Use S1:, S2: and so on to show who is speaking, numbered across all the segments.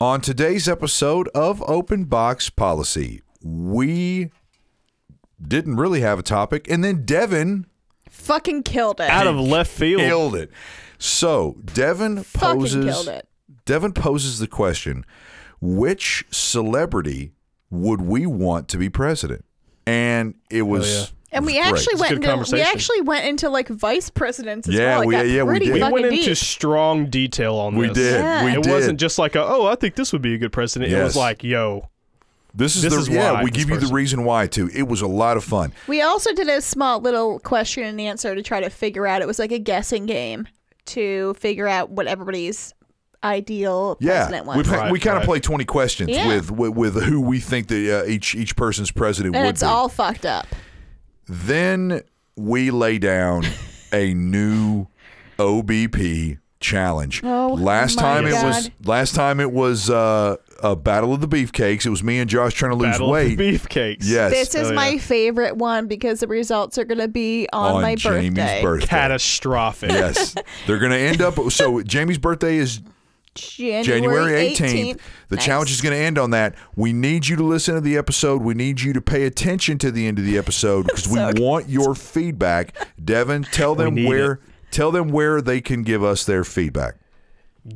S1: On today's episode of Open Box Policy, we didn't really have a topic, and then Devin
S2: Fucking killed it.
S3: Out of left field.
S1: killed it. So Devin
S2: Fucking
S1: poses
S2: killed it.
S1: Devin poses the question: Which celebrity would we want to be president? And it was,
S3: yeah.
S2: And we
S1: it was
S2: actually
S1: great.
S2: went
S3: good
S2: into we
S3: conversation.
S2: actually went into like vice presidents as
S1: Yeah,
S2: well. It
S1: we-
S2: got
S1: yeah, we
S2: pretty
S1: did.
S3: We
S2: fucking
S3: went into
S2: deep.
S3: strong detail on
S1: we
S3: this.
S1: did.
S2: Yeah.
S1: We
S3: It
S1: did.
S3: wasn't just like, a, oh, I think this would be a good president. It
S1: Yes.
S3: was like, yo,
S1: this is
S3: this
S1: the
S3: is
S1: yeah.
S3: why
S1: we
S3: this
S1: give you the
S3: person-
S1: reason why too. It was a lot of fun.
S2: We also did a small little question and answer to try to figure out. It was like a guessing game to figure out what everybody's ideal
S1: Yeah,
S2: president
S1: we,
S2: was.
S1: pa-
S3: Right,
S1: we kind of
S3: right.
S1: play twenty questions
S2: Yeah.
S1: with, with with who we think the uh, each each person's president
S2: and
S1: would
S2: it's
S1: be.
S2: all fucked up.
S1: Then we lay down a new OBP challenge.
S2: Oh,
S1: last
S2: my
S1: time it
S2: God.
S1: was last time it was uh, a battle of the beefcakes. It was me and Josh trying to lose
S3: battle
S1: weight.
S3: of the beefcakes.
S1: Yes,
S2: This is
S3: Oh,
S2: my
S3: yeah.
S2: favorite one because the results are going to be on,
S1: on
S2: my
S1: Jamie's
S2: birthday.
S3: Catastrophic.
S1: yes, they're going to end up. So Jamie's birthday is January 18th. The
S2: Nice.
S1: challenge is going to end on that. We need you to listen to the episode. We need you to pay attention to the end of the episode because we want your feedback. Devin, tell them
S3: need
S1: where tell them where they can give us their feedback.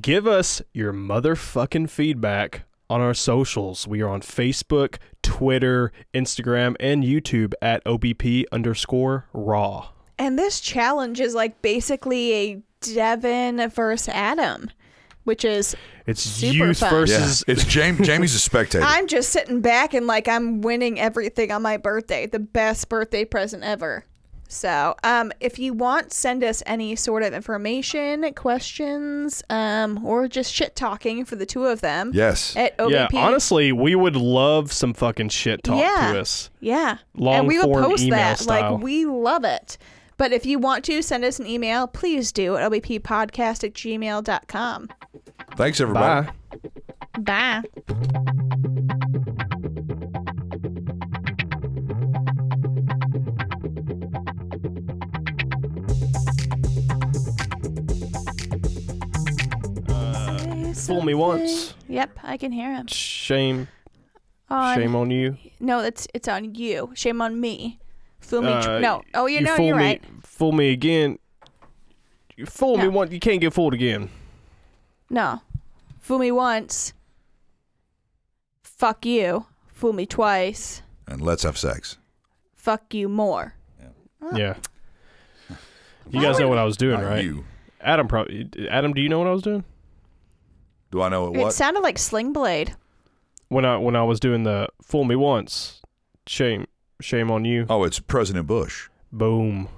S3: Give us your motherfucking feedback on our socials. We are on Facebook, Twitter, Instagram, and YouTube at OBP underscore raw.
S2: And this challenge is like basically a Devin versus Adam, which is
S3: It's
S2: Super
S3: youth
S2: fun.
S3: versus
S1: it's Jamie. Jamie's a spectator.
S2: I'm just sitting back and like I'm winning everything on my birthday. The best birthday present ever. So, um, if you want, send us any sort of information, questions, um, or just shit talking for the two of them.
S1: yes.
S2: At OBP.
S3: Yeah, honestly, we would love some fucking shit talk
S2: Yeah.
S3: to us.
S2: Yeah.
S3: Long
S2: and we will
S3: form
S2: post
S3: email
S2: that.
S3: style.
S2: Like we love it. But if you want to send us an email, please do at obppodcast at gmail.com.
S1: Thanks everybody.
S3: Bye.
S2: Bye.
S3: Fool me once.
S2: Yep, I can hear him.
S3: Shame.
S2: On,
S3: Shame on you.
S2: No, it's it's on you. Shame on me. Fool me. tr-
S3: Uh,
S2: no. Oh, you, know
S3: fool
S2: you're
S3: me,
S2: right.
S3: Fool me again. You fool me
S2: No.
S3: once. You can't get fooled again.
S2: No. Fool me once. Fuck you. Fool me twice.
S1: And let's have sex.
S2: Fuck you more.
S3: Yeah. You guys know what I was doing,
S1: Not
S3: right?
S1: You.
S3: Adam, probably. Adam, do you know what I was doing
S1: Do I know it
S2: It
S1: what?
S2: sounded like Sling Blade.
S3: when I when I was doing the fool me once? Shame, shame on you.
S1: Oh, it's President Bush.
S3: Boom.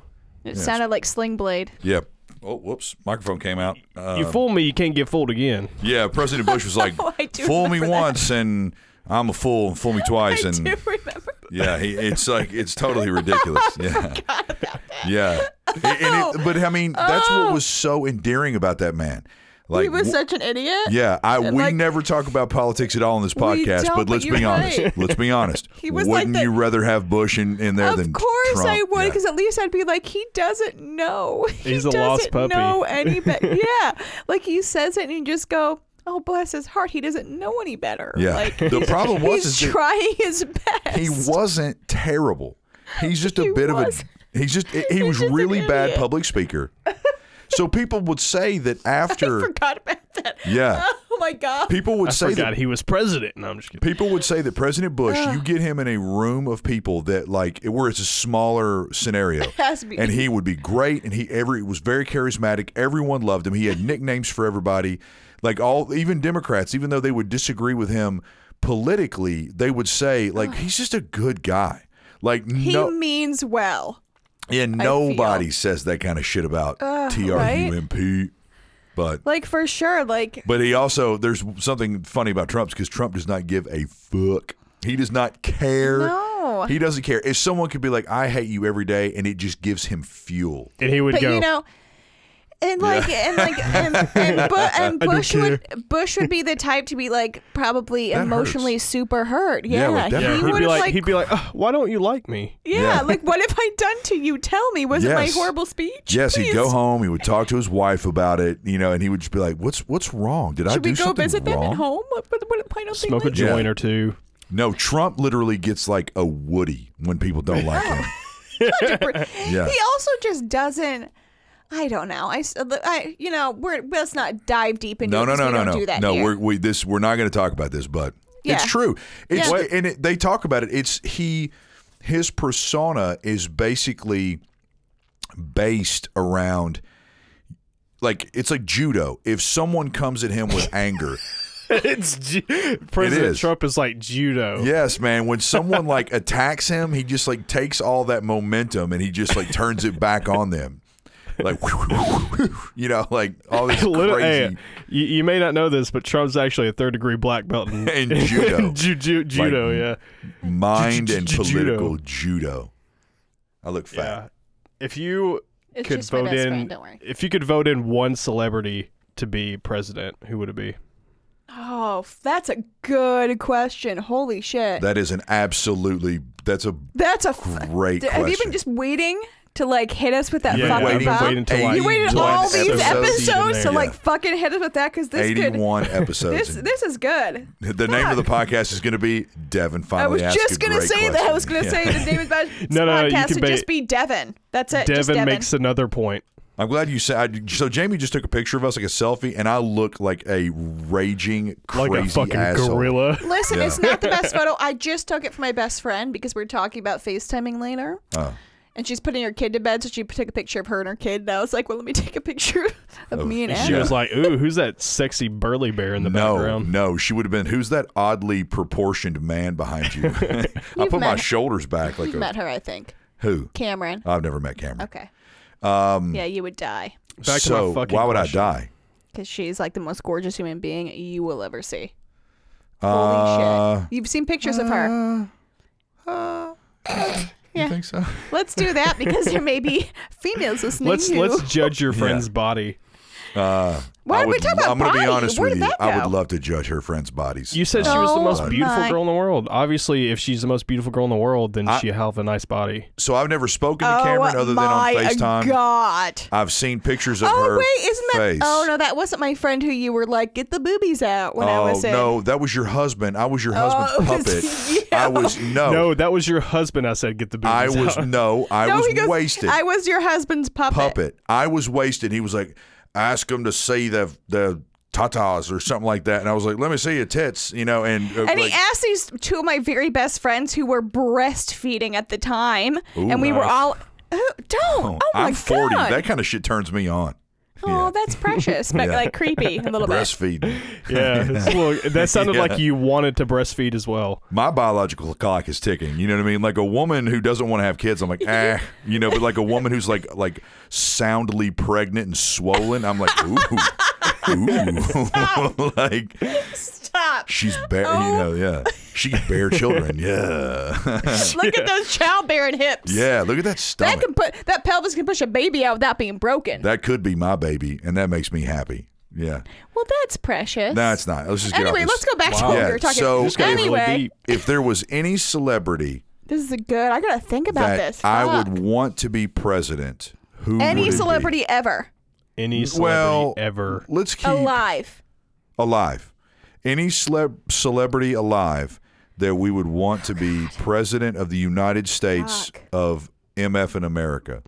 S2: It sounded like Sling Blade.
S1: Yep. Oh, whoops. Microphone came out. Uh,
S3: you fool me, you can't get fooled again.
S1: yeah, President Bush was like,
S2: Oh, I do
S1: fool me
S2: remember that.
S1: once and I'm a fool and fool me twice. and
S2: do remember.
S1: yeah, he, it's like, it's totally ridiculous. yeah. Yeah. And- and it- but I mean, that's what was so endearing about that man. Like,
S2: Oh. he was
S1: wh-
S2: such an idiot.
S1: yeah, I we
S2: like-
S1: never talk about politics at all in this podcast, but
S2: don't, but
S1: let's
S2: you're
S1: be honest.
S2: right.
S1: Let's be honest.
S2: He was like
S1: Wouldn't
S2: the-
S1: you rather have Bush in, in there than
S2: Of course
S1: Trump?
S2: I would,
S1: Yeah.
S2: because at least I'd be like, he doesn't know.
S3: He's
S2: he
S3: a lost
S2: doesn't
S3: puppy.
S2: know any better. yeah, like he says it, and you just go, "Oh, bless his heart, he doesn't know any better."
S1: Yeah.
S2: like
S1: the problem was
S2: he's
S1: is that
S2: trying his best.
S1: he wasn't terrible. He's just a
S2: He
S1: bit
S2: wasn't.
S1: of a he's just he was
S2: just an
S1: really bad
S2: idiot.
S1: public speaker. So people would say that
S2: I
S1: after
S2: forgot about that.
S1: yeah,
S2: Oh my god.
S1: people would
S3: I
S1: say
S3: forgot
S1: that
S3: he was president. No, I'm just kidding.
S1: people would say that President Bush, you get him in a room of people that like where it's a smaller scenario.
S2: has to be.
S1: And he would be great and he every was very charismatic. Everyone loved him. He had nicknames for everybody. Like all even Democrats, even though they would disagree with him politically, they would say like he's just a good guy. Like
S2: he
S1: no
S2: means well.
S1: Yeah, nobody says that kind of shit about TRUMP. But
S2: Like for sure. Like
S1: but he also there's something funny about Trump's because Trump does not give a fuck. He does not care.
S2: No.
S1: He doesn't care. If someone could be like, "I hate you every day," and it just gives him fuel.
S3: And he would
S2: But
S3: go.
S2: you know, And like, and like, and, and, Bu- and
S3: I don't
S2: Bush would Bush would be the type to be like probably
S1: That
S2: emotionally super hurt. Yeah,
S1: Yeah, like, that
S3: Yeah,
S1: hurt.
S2: he
S3: he'd
S2: would
S3: be
S2: have
S3: like,
S2: like,
S3: he'd be like, "Ugh, why don't you like me?
S2: yeah,
S1: Yeah.
S2: like what have I done to you? Tell me, was it my
S1: Yes.
S2: horrible speech?
S1: Yes, he'd go
S2: Please."
S1: home. He would talk to his wife about it, you know, and he would just be like, "What's what's wrong? Did I
S2: Should
S1: do
S2: we go
S1: something
S2: visit them
S1: wrong?"
S2: at home? What, what, what, I don't
S3: Smoke
S2: think
S3: a
S2: we-
S1: ju-
S3: joint
S1: Yeah.
S3: or two.
S1: No, Trump literally gets like a Woody when people don't like him. Yeah.
S2: He also just doesn't. I don't know. I, s- I- you know, we're let's not dive deep into.
S1: No,
S2: it
S1: no,
S2: 'cause
S1: no,
S2: we
S1: no,
S2: don't
S1: no,
S2: Do that
S1: no.
S2: here.
S1: We're we this we're not going to talk about this, but
S2: Yeah.
S1: it's true. It's
S2: Yeah.
S1: and it, they talk about it. It's he, his persona is basically based around like it's like judo. If someone comes at him with anger,
S3: it's ju- President
S1: is.
S3: Trump is like
S2: Oh.
S3: judo.
S1: yes, man. When someone like attacks him, he just like takes all that momentum and he just like turns it back on them. Like, you know, like all this
S3: Little-
S1: crazy
S3: hey, you, you may not know this, but Trump's actually a third degree black belt in,
S1: In judo. mm,
S3: ju- ju- judo, yeah.
S1: mind and
S3: Ju- ju- ju-
S1: political judo. I look fat.
S3: Yeah. If you
S2: It's
S3: could
S2: just my
S3: vote
S2: best
S3: in,
S2: friend, don't worry.
S3: if you could vote in one celebrity to be president, who would it be?
S2: Oh, f- that's a good question. Holy shit.
S1: That is an absolutely. That's a
S2: that's a. F-
S1: great
S2: d-
S1: question.
S2: have you been just waiting to like hit us with that
S3: Yeah,
S2: fucking
S3: I've been
S2: bomb?
S3: waiting till
S1: You
S2: you
S3: like
S2: waited
S1: Eighty-one
S2: all these
S1: episodes.
S2: episodes,
S3: Even
S2: to
S3: there.
S2: like
S1: Yeah.
S2: fucking hit us with that because this could.
S1: eighty-one episodes?
S2: This
S1: and
S2: this is good.
S1: the name of the podcast is going to be Devin. Finally,
S2: I was
S1: asked
S2: just
S1: a
S2: gonna
S1: great
S2: say that. I was
S1: question.
S2: gonna say
S1: Yeah.
S2: the name of the
S3: No, no, no, you
S2: podcast
S3: can
S2: would
S3: ba-
S2: just be Devin. That's it. Uh, just
S3: Devin,
S2: Devin
S3: makes another point.
S1: I'm glad you said. I, so Jamie just took a picture of us like a selfie, and I look like a raging crazy
S3: Like a fucking
S1: asshole.
S3: gorilla.
S2: Listen,
S1: Yeah.
S2: it's not the best photo. I just took it for my best friend because we are talking about FaceTiming later.
S1: Oh.
S2: And she's putting her kid to bed, so she took a picture of her and her kid. And I was like, well, let me take a picture of
S1: Of-
S2: me and
S1: Yeah.
S3: She
S2: Adam.
S3: was like, "Ooh, who's that sexy burly bear in the
S1: no,
S3: background?"
S1: no, she would have been. Who's that oddly proportioned man behind you? I
S2: You've
S1: put my
S2: met-
S1: shoulders back like
S2: You've
S1: a
S2: met her, I think.
S1: who?
S2: Cameron.
S1: I've never met Cameron.
S2: Okay. Um, yeah, you would die
S3: Back to my
S1: so
S3: fucking
S1: why would
S3: question.
S1: I die?
S2: because she's like the most gorgeous human being you will ever see. Holy
S1: Uh,
S2: shit. You've seen pictures of her.
S1: You think so?
S2: Let's do that because there may be females listening.
S3: Let's
S2: who-
S3: let's judge your friend's body.
S1: Uh,
S2: Why
S1: I
S2: did we
S1: would-
S2: talk about
S1: I'm gonna
S2: body?
S1: be honest
S2: Where
S1: with
S2: did
S1: you.
S2: that
S1: I
S2: go?
S1: would love to judge her friends' bodies.
S3: You said she was the
S2: Oh
S3: most beautiful
S2: my-
S3: girl in the world. Obviously, if she's the most beautiful girl in the world, then
S1: I-
S3: she have a nice body.
S1: so I've never spoken to
S2: Oh
S1: Cameron other than on
S2: my
S1: FaceTime.
S2: God.
S1: I've seen pictures of
S2: Oh
S1: her
S2: wait, isn't that?
S1: face.
S2: Oh no, that wasn't my friend who you were like, get the boobies out when I
S1: Oh,
S2: was Oh, in.
S1: no, that was your husband. I was your
S2: it was
S1: husband's
S2: you.
S1: puppet. I was no,
S3: No, that was your husband. I said, "Get the boobies
S1: Oh. I
S3: out."
S1: was no, I
S2: No, he
S1: was
S2: goes,
S1: wasted.
S2: I was your husband's puppet.
S1: puppet. I was wasted. He was like, ask him to see the the tatas or something like that, and I was like, let me see your tits, you know, and, uh,
S2: And
S1: like-
S2: he asked these two of my very best friends who were breastfeeding at the time, and we were
S3: nice.
S2: all. Oh, don't! Oh, my
S1: I'm 40.
S2: god!
S1: That kind of shit turns me on.
S2: oh, that's precious, but
S1: Yeah.
S2: like creepy a little bit.
S1: Breastfeeding.
S3: Yeah, it's a little- that sounded
S1: Yeah.
S3: like you wanted to breastfeed as well.
S1: My biological clock is ticking. You know what I mean? Like a woman who doesn't want to have kids, I'm like, ah, you know. But like a woman who's like, like soundly pregnant and swollen, I'm like, ooh, ooh, like
S2: Stop!
S1: she's bare,
S2: Oh.
S1: you know, yeah, she can bear children, yeah,
S2: Look at those childbearing hips.
S1: yeah. Look at that
S2: That
S1: stomach.
S2: can put that pelvis can push a baby out without being broken.
S1: That could be my baby, and that makes me happy. Yeah,
S2: well, that's precious.
S1: no, it's not. Let's just get off
S2: Anyway,
S1: this.
S2: let's go back to
S3: Wow.
S2: what
S1: Yeah,
S2: we were talking.
S1: so-
S3: This got really
S2: anyway,
S3: deep.
S1: If there was any celebrity
S2: this is a good. I gotta think about
S1: that
S2: this.
S1: I
S2: Fuck.
S1: would want to be president, who would
S2: any
S1: it be?
S2: celebrity ever
S3: Any celebrity
S1: Well,
S3: ever.
S1: Let's keep
S2: alive.
S1: alive. Any celeb celebrity alive that we would want to be president of the United States
S2: Fuck.
S1: of MF in America.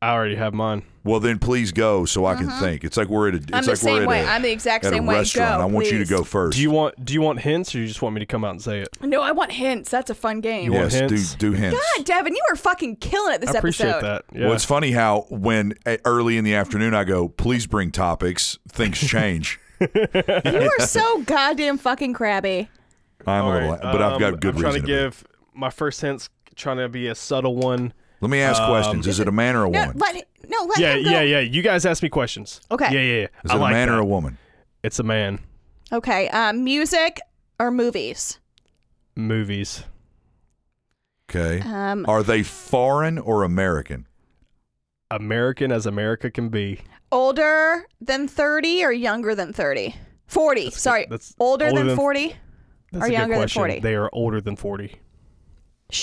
S3: I already have mine.
S1: Well, then please go so I can think. It's like we're at a. It's
S2: Uh-huh. I'm
S1: like
S2: the same
S1: we're
S2: way.
S1: At a,
S2: I'm the exact
S1: at a
S2: same way.
S1: restaurant.
S2: Go,
S1: I want you to
S2: please.
S1: go first.
S3: Do you want do you want hints or you just want me to come out and say it?
S2: No, I want hints. That's a fun game.
S3: You want
S1: yes,
S3: hints?
S1: do do hints.
S2: God, Devin, you were fucking killing it this
S3: I appreciate
S2: episode.
S3: that. Yeah.
S1: Well, it's funny how when eh, early in the afternoon I go, please bring topics. Things change.
S2: You were so goddamn fucking crabby.
S1: I'm a
S3: All
S1: little,
S3: right,
S1: but I've
S3: um,
S1: got good
S3: I'm trying
S1: reason.
S3: to
S1: be.
S3: give my first hints trying to be a subtle one.
S1: Let me
S3: um,
S1: ask questions. Is it a man or a
S2: No,
S1: woman?
S2: let no, let
S3: Yeah,
S2: him go.
S3: yeah, yeah. You guys ask me questions.
S2: Okay.
S3: Yeah, yeah, yeah.
S1: Is
S3: I
S1: it a
S3: like
S1: man or
S3: that.
S1: a woman?
S3: It's a man.
S2: Okay, um, music or movies?
S3: Movies.
S1: Okay.
S2: Um,
S1: Are they foreign or American?
S3: American as America can be.
S2: Older than 30 or younger than 30? 40. sorry.
S3: that's
S2: older,
S3: older
S2: than
S3: than-
S2: 40?
S3: That's
S2: Or
S3: a
S2: younger
S3: good
S2: than
S3: question.
S2: 40.
S3: They are older than 40.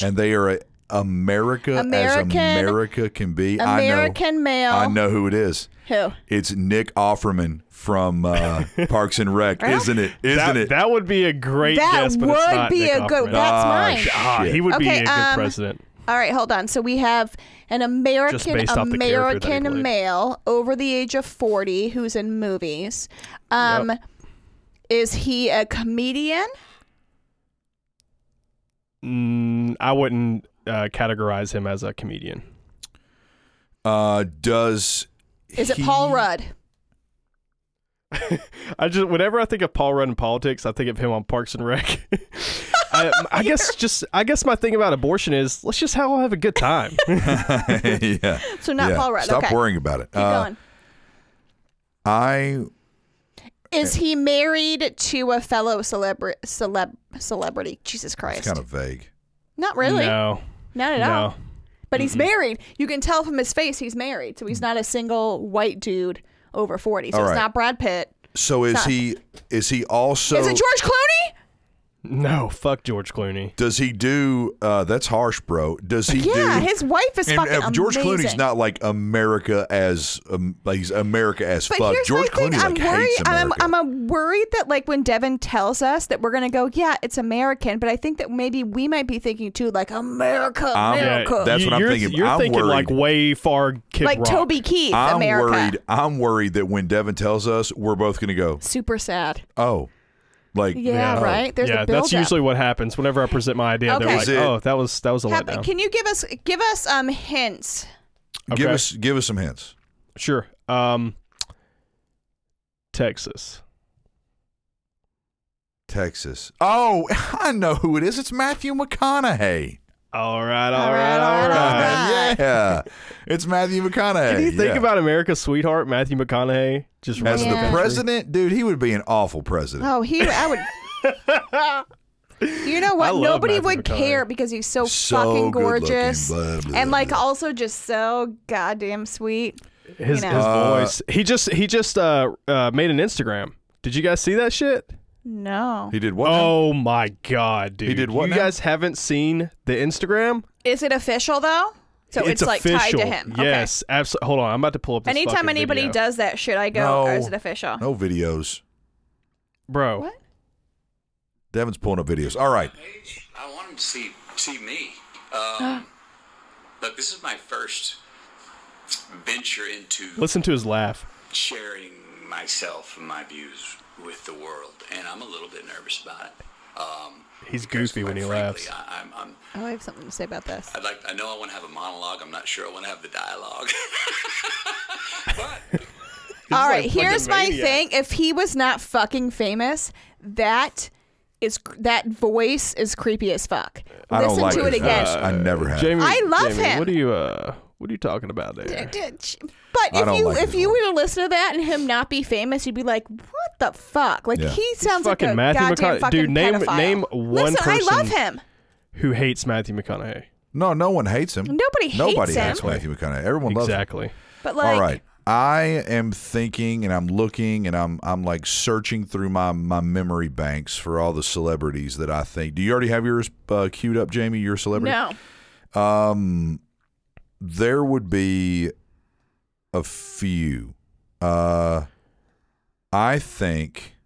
S1: and they are a America
S2: American-
S1: as America can be.
S2: American male.
S1: I know. I know who it is.
S2: Who?
S1: It's Nick Offerman from uh, Parks and Rec, isn't it? Isn't
S3: that,
S1: it?
S3: that would be a great
S2: That
S3: guess, but it's
S2: would
S3: not
S2: be
S3: Nick
S2: a good- that-
S3: Offerman.
S2: That's
S1: Ah,
S2: mine.
S1: shit.
S3: God, he would be
S2: Okay,
S3: a good
S2: um,
S3: president.
S2: All right, hold on. So we have an American
S3: based off the character that he
S2: American
S3: played.
S2: male over the age of 40 who's in movies. Um is he a comedian?
S3: Mm, I wouldn't uh, categorize him as a comedian.
S1: Uh, does
S2: Is it
S1: he-
S2: Paul Rudd?
S3: I just whenever I think of Paul Rudd in politics, I think of him on Parks and Rec. I, I guess just I guess my thing about abortion is let's just have, have a good time.
S1: yeah.
S2: So not
S1: yeah.
S2: Paul Rudd.
S1: Stop
S2: okay.
S1: worrying about it.
S2: Keep
S1: Uh,
S2: going.
S1: I
S2: Is he married to a fellow celebri- celeb celebrity? Jesus Christ.
S1: it's kind of vague.
S2: Not really.
S3: No,
S2: Not at
S3: no.
S2: all. But he's married. You can tell from his face he's married.
S1: Mm.
S2: So he's not a single white dude over 40. So
S1: All
S2: it's
S1: right.
S2: not Brad Pitt.
S1: So is
S2: Stop.
S1: he? Is he also?
S2: is it George Clooney?
S3: No, fuck George Clooney.
S1: does he do? Uh, that's harsh, bro. Does he do?
S2: Yeah, his wife is
S1: and
S2: fucking
S1: uh, George Clooney's
S2: amazing.
S1: not like America as um, like he's America as
S2: But
S1: fuck.
S2: here's
S1: George
S2: my thing.
S1: Clooney
S2: I'm
S1: like
S2: worried.
S1: hates
S2: I'm,
S1: America.
S2: I'm uh, worried that like when Devin tells us that we're gonna go, yeah, it's American. But I think that maybe we might be thinking too, like America,
S1: I'm- Yeah,
S2: America,
S1: that's
S3: You-
S1: what I'm
S3: you're-
S1: thinking.
S3: You're
S1: I'm
S3: thinking like
S1: worried.
S3: way far kid
S2: like
S3: Rock.
S2: Toby Keith,
S1: I'm
S2: America.
S1: worried. I'm worried that when Devin tells us, we're both gonna go.
S2: Super sad.
S1: Oh, like
S2: Yeah,
S1: oh.
S2: right. There's
S3: yeah,
S2: a build
S3: that's usually what happens whenever I present my idea.
S2: Okay.
S3: They're like,
S1: Is it-
S3: "Oh, that was that was a letdown."
S2: Can you give us give us um hints?
S1: Give
S3: Okay.
S1: us give us some hints.
S3: Sure. Um, Texas.
S1: Texas. Oh, I know who it is. It's Matthew McConaughey.
S3: All right,
S2: All
S3: all
S2: right,
S3: right,
S2: all right.
S3: all right.
S2: Right.
S1: Yeah, it's Matthew McConaughey.
S3: Can you think
S1: yeah.
S3: about America's sweetheart, Matthew McConaughey? Just
S1: as
S3: running
S2: Yeah.
S1: the
S3: country?
S1: president, dude? He would be an awful president.
S2: Oh, he. I would. you know
S3: I
S2: what?
S3: love
S2: Nobody
S3: Matthew
S2: would
S3: McConaughey.
S2: care because he's so,
S1: So
S2: fucking
S1: good looking,
S2: gorgeous
S1: blah, blah,
S2: and like
S1: blah.
S2: also just so goddamn sweet.
S3: His,
S2: know.
S3: his
S1: Uh,
S3: voice. He just he just uh, uh made an Instagram. Did you guys see that shit?
S2: No.
S1: He did what?
S3: Oh my god, dude!
S1: did what
S3: You
S1: now?
S3: guys haven't seen the Instagram?
S2: Is it official though? So it's, like tied to
S3: official.
S2: him.
S3: Yes, absolutely. Hold on, I'm about to pull up. This
S2: Okay. Anytime
S3: fucking
S2: anybody
S3: video.
S2: does that shit, I go,
S1: No.
S2: "Oh, is it official?
S1: No videos.
S3: bro.
S2: What?
S1: Devin's pulling up videos. All right.
S4: age, I want him to see see me. Um, look, this is my first venture into
S3: Listen to his laugh.
S4: sharing myself and my views with the world, and I'm a little bit nervous about it. Um,
S3: He's
S4: because
S3: goofy when
S4: quite
S3: he
S4: frankly,
S3: laughs.
S4: I, I'm, I'm,
S2: Oh, I have something to say about this.
S4: I'd like. I know I want to have a monologue. I'm not sure I want to have the dialogue. but
S2: All
S3: like
S2: right,
S3: fucking
S2: here's my
S3: maniac.
S2: thing. If he was not fucking famous, that is that voice is creepy as fuck.
S1: I don't
S2: Listen
S1: like Uh,
S2: to it
S1: his
S2: again.
S1: voice. I never have.
S3: Jamie,
S2: I love
S3: Jamie,
S2: him.
S3: What are you uh? What are you talking about there?
S2: But
S1: I
S2: if
S1: don't
S2: you
S1: like
S2: if
S1: his
S2: you
S1: voice.
S2: were to listen to that and him not be famous, you'd be like, "What the fuck?" Like
S1: Yeah.
S2: he sounds like
S3: fucking
S2: a
S3: Matthew
S2: goddamn
S3: McCona-
S2: fucking
S3: Dude, name-
S2: pedophile.
S3: name one
S2: Listen, I love
S3: person-
S2: him.
S3: Who hates Matthew McConaughey?
S1: No, no one hates him.
S2: Nobody hates
S1: Nobody
S2: him.
S1: hates Matthew McConaughey. Everyone loves him.
S3: Exactly.
S2: But like,
S1: All right. I am thinking and I'm looking and I'm I'm like searching through my my memory banks for all the celebrities that I think. Do you already have yours uh, queued up, Jamie? Your celebrity?
S2: no.
S1: Um, there would be a few. Uh, I think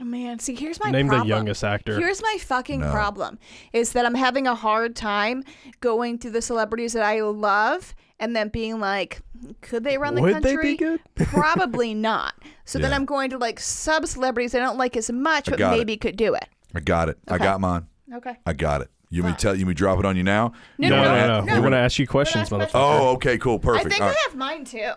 S2: Oh, man, see, here's my
S3: Name
S2: problem.
S3: the youngest actor.
S2: Here's my fucking
S1: No.
S2: problem is that I'm having a hard time going through the celebrities that I love and then being like, could they run the
S3: Would
S2: country?
S3: they be good?
S2: Probably not. So then
S1: Yeah.
S2: I'm going to like sub celebrities I don't like as much,
S1: I
S2: but
S1: got it.
S2: maybe could do it.
S1: I got it. I
S2: Okay.
S1: got mine.
S2: Okay.
S1: I got it. You mean tell you mean drop it on you now?
S2: No,
S1: You
S3: no,
S1: wanna-
S3: no, no.
S2: no.
S3: We're
S1: you
S3: gonna
S1: wanna-
S3: ask you questions,
S2: We're gonna ask
S3: motherfucker.
S1: Oh, okay, cool, perfect.
S2: I think
S1: All
S2: I
S1: right.
S2: have mine too,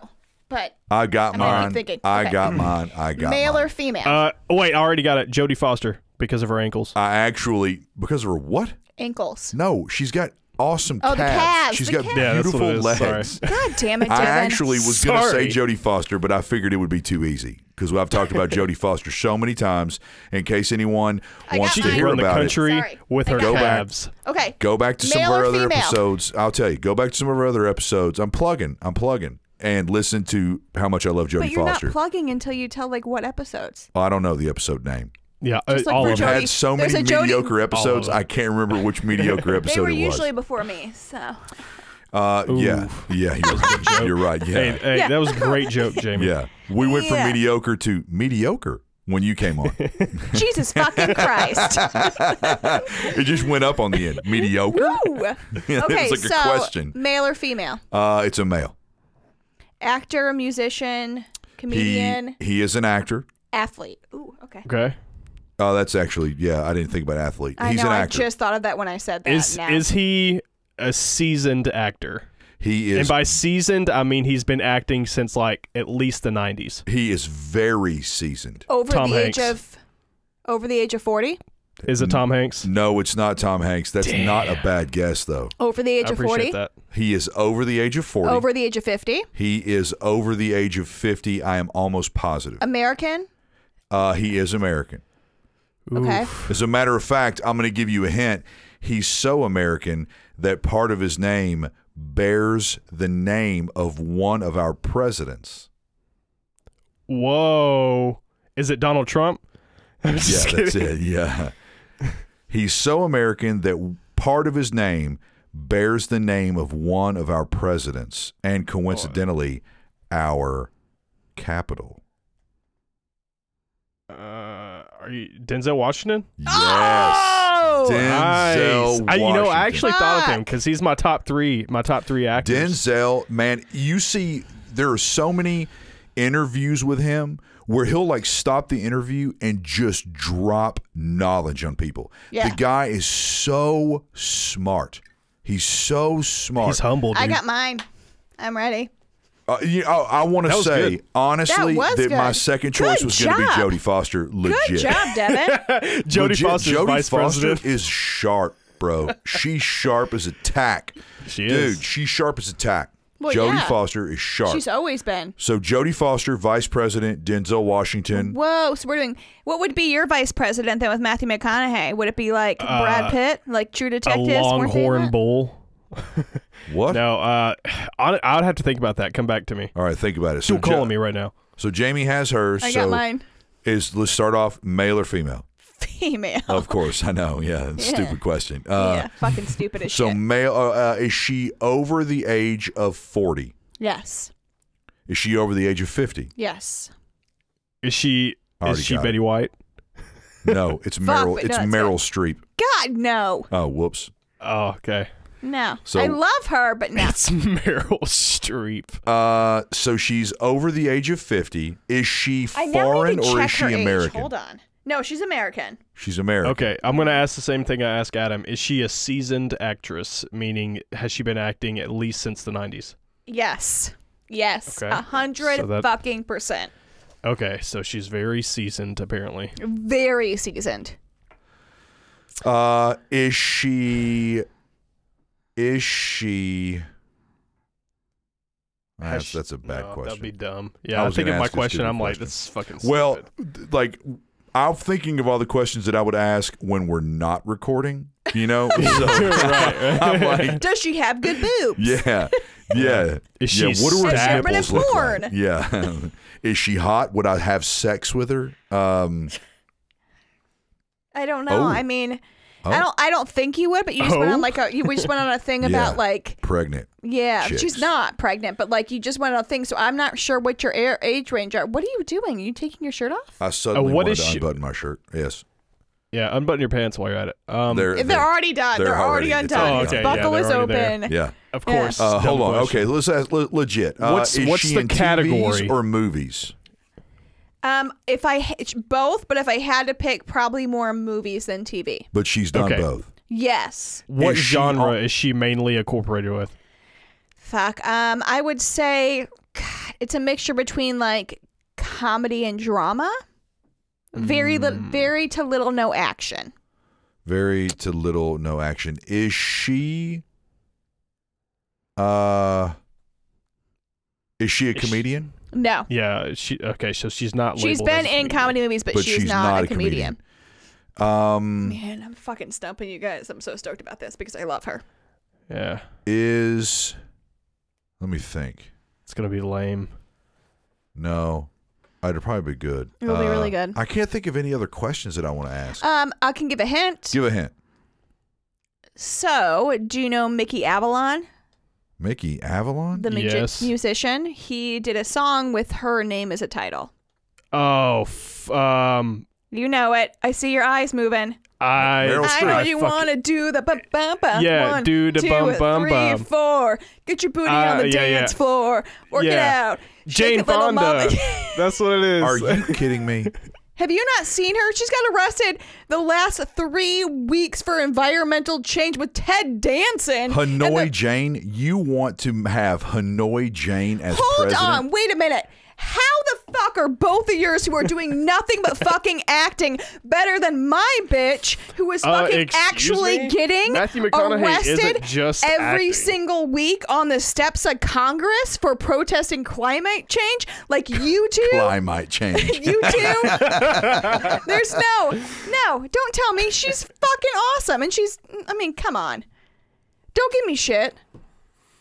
S2: but
S1: I got
S2: I mean, I'm
S1: mine.
S2: thinking.
S1: I
S2: Okay.
S1: got mine. I got
S2: male
S1: mine.
S2: or female?
S3: Uh, wait, I already got it. Jodie Foster because of her ankles.
S1: I actually because of her what?
S2: Ankles.
S1: No, she's got awesome
S2: Oh, the
S1: calves.
S2: calves,
S1: She's
S2: the
S1: got
S2: calves.
S3: Yeah, that's what
S1: beautiful
S3: it is. Sorry.
S1: legs.
S2: God damn it, Devin.
S1: I actually was going to say
S3: Sorry.
S1: Jodie Foster, but I figured it would be too easy because I've talked about Jodie Foster so many times. In case anyone
S2: I
S1: wants
S2: got
S1: to
S2: mine.
S1: hear
S3: run the
S1: about it,
S3: country
S2: Sorry.
S3: with her
S1: Go back.
S3: calves.
S2: Okay.
S1: go back to some
S2: Male
S1: of our
S2: or
S1: other
S2: female?
S1: episodes. I'll tell you, go back to some of our other episodes. I'm plugging, I'm plugging, and listen to how much I love
S2: But
S1: Jodie
S2: you're
S1: Foster.
S2: not plugging until you tell like what episodes.
S1: I don't know the episode name.
S3: Yeah, uh,
S2: Just like
S3: all
S2: for
S3: of
S1: I've
S3: them.
S2: Jodie.
S1: had so
S2: There's
S1: many
S2: a Jodie-
S1: mediocre episodes,
S3: of them.
S1: I can't remember which mediocre
S2: They
S1: episode
S2: were
S1: it was.
S2: usually before me, so
S1: uh, yeah, yeah, you're, you're right. Yeah,
S3: Hey, hey,
S2: Yeah.
S3: that was a great joke, Jamie.
S1: yeah. We went from
S2: Yeah.
S1: mediocre to mediocre when you came on.
S2: Jesus fucking Christ.
S1: it just went up on the end. Mediocre.
S2: Woo.
S1: It
S2: Okay,
S1: was like a
S2: so
S1: question.
S2: male or female?
S1: Uh, it's a male.
S2: Actor, musician, comedian,
S1: He he is an actor.
S2: athlete. Ooh, okay.
S3: Okay.
S1: Oh, that's actually yeah. I didn't think about athlete.
S2: I
S1: He's
S2: know.
S1: an
S2: I
S1: actor.
S2: just thought of that when I said that.
S3: Is
S2: now.
S3: is he a seasoned actor?
S1: he
S3: And
S1: is.
S3: by seasoned, I mean he's been acting since like at least the 90s.
S1: He is very seasoned.
S2: over
S3: Tom
S2: the
S3: Hanks.
S2: age of over the age of forty?
S3: Is it Tom Hanks?
S1: No, it's not Tom Hanks. That's not a bad guess though.
S2: Over the age
S3: I
S2: of
S3: appreciate
S2: forty?
S3: that.
S1: He is over the age of forty.
S2: Over the age of fifty?
S1: he is over the age of fifty. I am almost positive.
S2: American?
S1: Uh, he is American.
S2: Okay.
S1: As a matter of fact, I'm going to give you a hint. He's so American that part of his name bears the name of one of our presidents.
S3: Whoa. Is it Donald Trump? I'm just
S1: yeah, that's
S3: kidding.
S1: it. Yeah. He's so American that part of his name bears the name of one of our presidents and coincidentally our capital.
S3: Uh, are you Denzel Washington?
S1: Yes.
S3: Ah!
S2: Oh!
S1: Denzel
S3: I, you know, I
S1: Washington.
S3: actually thought of him
S2: Fuck.
S3: because he's my top three, my top three actors.
S1: Denzel, man, you see, there are so many interviews with him where he'll like stop the interview and just drop knowledge on people.
S2: Yeah.
S1: The guy is so smart. He's so smart.
S3: he's humble, dude.
S2: I got mine. I'm ready.
S1: Uh, you know, I, want
S3: That
S1: to
S3: was
S1: say
S3: good.
S1: honestly
S2: That was
S1: that, my
S2: good.
S1: second choice
S2: Good
S1: was going to be
S2: job.
S1: Jodie Foster. Legit.
S2: Good job, Devin.
S3: Jodie
S1: Legit,
S3: Foster's
S1: Jodie
S3: vice
S1: Foster
S3: president.
S1: is sharp, bro. She's sharp as a tack.
S3: She
S1: Dude,
S3: is.
S1: she's sharp as a tack.
S2: Well,
S1: Jodie
S2: yeah.
S1: Foster is sharp.
S2: She's always been.
S1: So Jodie Foster, Vice President, Denzel Washington.
S2: Whoa, so we're doing what would be your vice president then with Matthew McConaughey? Would it be like
S1: Uh,
S2: Brad Pitt, like True
S3: A
S2: Detective?
S3: longhorn bull.
S1: What?
S3: No, uh, I, I would have to think about that. Come back to me.
S1: All right, think about it. So,
S3: Still
S1: Ja-
S3: calling me right now.
S1: so Jamie has hers.
S2: I
S1: so
S2: got mine.
S1: Is let's start off male or female?
S2: Female.
S1: Of course, I know. Yeah, stupid question. Uh,
S2: Oh. yeah, fucking stupid as
S1: So
S2: shit.
S1: male uh, uh, is she over the age of forty?
S2: Yes.
S1: Is she over the age of fifty?
S2: Yes.
S3: Is she
S1: Already
S3: is she
S1: got it.
S3: Betty White?
S1: No, it's Meryl.
S2: wait, no,
S1: it's
S2: it's
S1: Meryl Streep.
S2: God no.
S1: Oh, whoops.
S3: Oh, okay.
S2: No.
S1: So-
S2: I love her, but no.
S3: It's Meryl Streep.
S1: Uh, so she's over the age of fifty. Is she
S2: I now
S1: foreign
S2: need to check
S1: or is she
S2: her age.
S1: American?
S2: Hold on. No, she's American.
S1: She's American.
S3: Okay, I'm gonna ask the same thing I asked Adam. Is she a seasoned actress? Meaning, has she been acting at least since the '90s?
S2: Yes. Yes. A
S3: Okay.
S2: hundred
S3: So that-
S2: fucking percent.
S3: Okay, so she's very seasoned apparently.
S2: Very seasoned.
S1: Uh, is she? Is she? Ah,
S3: Has she-
S1: that's a bad
S3: No,
S1: question.
S3: That'd be dumb. Yeah, I,
S1: was
S3: think
S1: gonna
S3: of my
S1: ask a
S3: question.
S1: stupid
S3: I'm like,
S1: question.
S3: that's fucking.
S1: well,
S3: stupid.
S1: th- like I'm thinking of all the questions that I would ask when we're not recording. You know, so I'm like,
S2: Does she have good boobs?
S1: yeah, yeah,
S3: Is
S1: yeah.
S3: she
S1: What do her
S3: stabbed?
S1: nipples look
S2: Porn.
S1: like? Yeah, is she hot? Would I have sex with her? Um,
S2: I don't know.
S1: Oh.
S2: I mean,
S1: Oh.
S2: I don't. I don't think you would. But you just went
S3: Oh.
S2: on like a. You, we just went on a thing
S1: Yeah.
S2: about like.
S1: pregnant.
S2: Yeah,
S1: Chicks.
S2: she's not pregnant, but like you just went on a thing. So I'm not sure what your air, age range are. What are you doing? Are you taking your shirt off?
S1: I suddenly
S3: Uh, what
S1: wanted
S3: is
S1: to
S3: she-
S1: unbutton my shirt. Yes,
S3: yeah, unbutton your pants while you're at it. Um,
S1: They're-
S2: They're, already done. They're,
S1: they're
S2: already
S1: already- it's
S2: undone.
S1: already
S2: Its
S3: Oh, okay, yeah,
S2: buckle
S3: they're
S2: is
S3: already there.
S2: open.
S1: yeah.
S3: of
S2: yeah.
S3: course.
S1: Uh,
S3: dumb
S1: hold on.
S3: question.
S1: Okay, let's ask le- legit. Uh,
S3: What's-
S1: is
S3: what's
S1: she
S3: the
S1: in
S3: category?
S1: TVs or movies?
S2: Um, if I ha- it's both, but if I had to pick, probably more movies than TV.
S1: But she's done
S3: Okay.
S1: both.
S2: Yes.
S3: What
S1: Is she
S3: genre
S1: on-
S3: is she mainly incorporated with?
S2: Fuck. Um, I would say, God, it's a mixture between like comedy and drama. Very little,
S1: Hmm.
S3: Hmm.
S2: very to little, no action.
S1: Very to little, no action. Is she Uh, is she a
S3: Is she-
S1: comedian?
S2: No.
S3: Yeah, she okay, so she's not
S2: She's
S3: labeled as
S2: been
S3: a
S2: in
S3: comedian.
S2: comedy movies, but,
S1: But
S2: she's,
S1: she's
S2: not,
S1: not
S2: a
S1: a
S2: comedian.
S1: comedian. Um,
S3: Hmm.
S2: Man, I'm fucking stumping you guys. I'm so stoked about this because I love her.
S3: Yeah.
S1: is let me think.
S3: It's going to be lame.
S1: No, I'd probably be good. Uh,
S2: It would be really good.
S1: I can't think of any other questions that I want to ask.
S2: Um, I can give a hint.
S1: Give a hint,
S2: So, do you know Mickey Avalon,
S1: Mickey Avalon.
S2: the magic
S3: Yes.
S2: musician? He did a song with her name as a title.
S3: Oh, f- um
S2: You know it. I see your eyes moving.
S3: I
S1: Meryl
S2: I
S1: Streep.
S2: know
S1: I
S2: you
S3: fucking-
S2: want to do the bum bum bum.
S3: Yeah,
S2: One,
S3: do the
S2: two,
S3: bum, bum,
S2: three,
S3: bum.
S2: four. Get your booty on
S3: Uh,
S2: the
S3: yeah, yeah.
S2: dance floor. Work it
S3: Yeah.
S2: out. Shake
S3: Jane
S2: it, little
S3: Fonda.
S2: mama.
S3: That's what it is.
S1: Are you kidding me?
S2: Have you not seen her? She's got arrested the last three weeks for environmental change with Ted Danson. And
S1: Hanoi
S2: the-
S1: Jane. You want to have Hanoi Jane as
S2: Hold
S1: president?
S2: on. Wait a minute. How the fuck are both of yours who are doing nothing but fucking acting better than my bitch who is
S3: Uh,
S2: fucking
S3: excuse
S2: actually
S3: me?
S2: getting
S3: Matthew McConaughey isn't
S2: arrested
S3: just
S2: every
S3: acting.
S2: single week on the steps of Congress for protesting climate change? Like you two?
S1: Climate change.
S2: You too? There's no, no, don't tell me. She's fucking awesome. And she's, I mean, come on. Don't give me shit.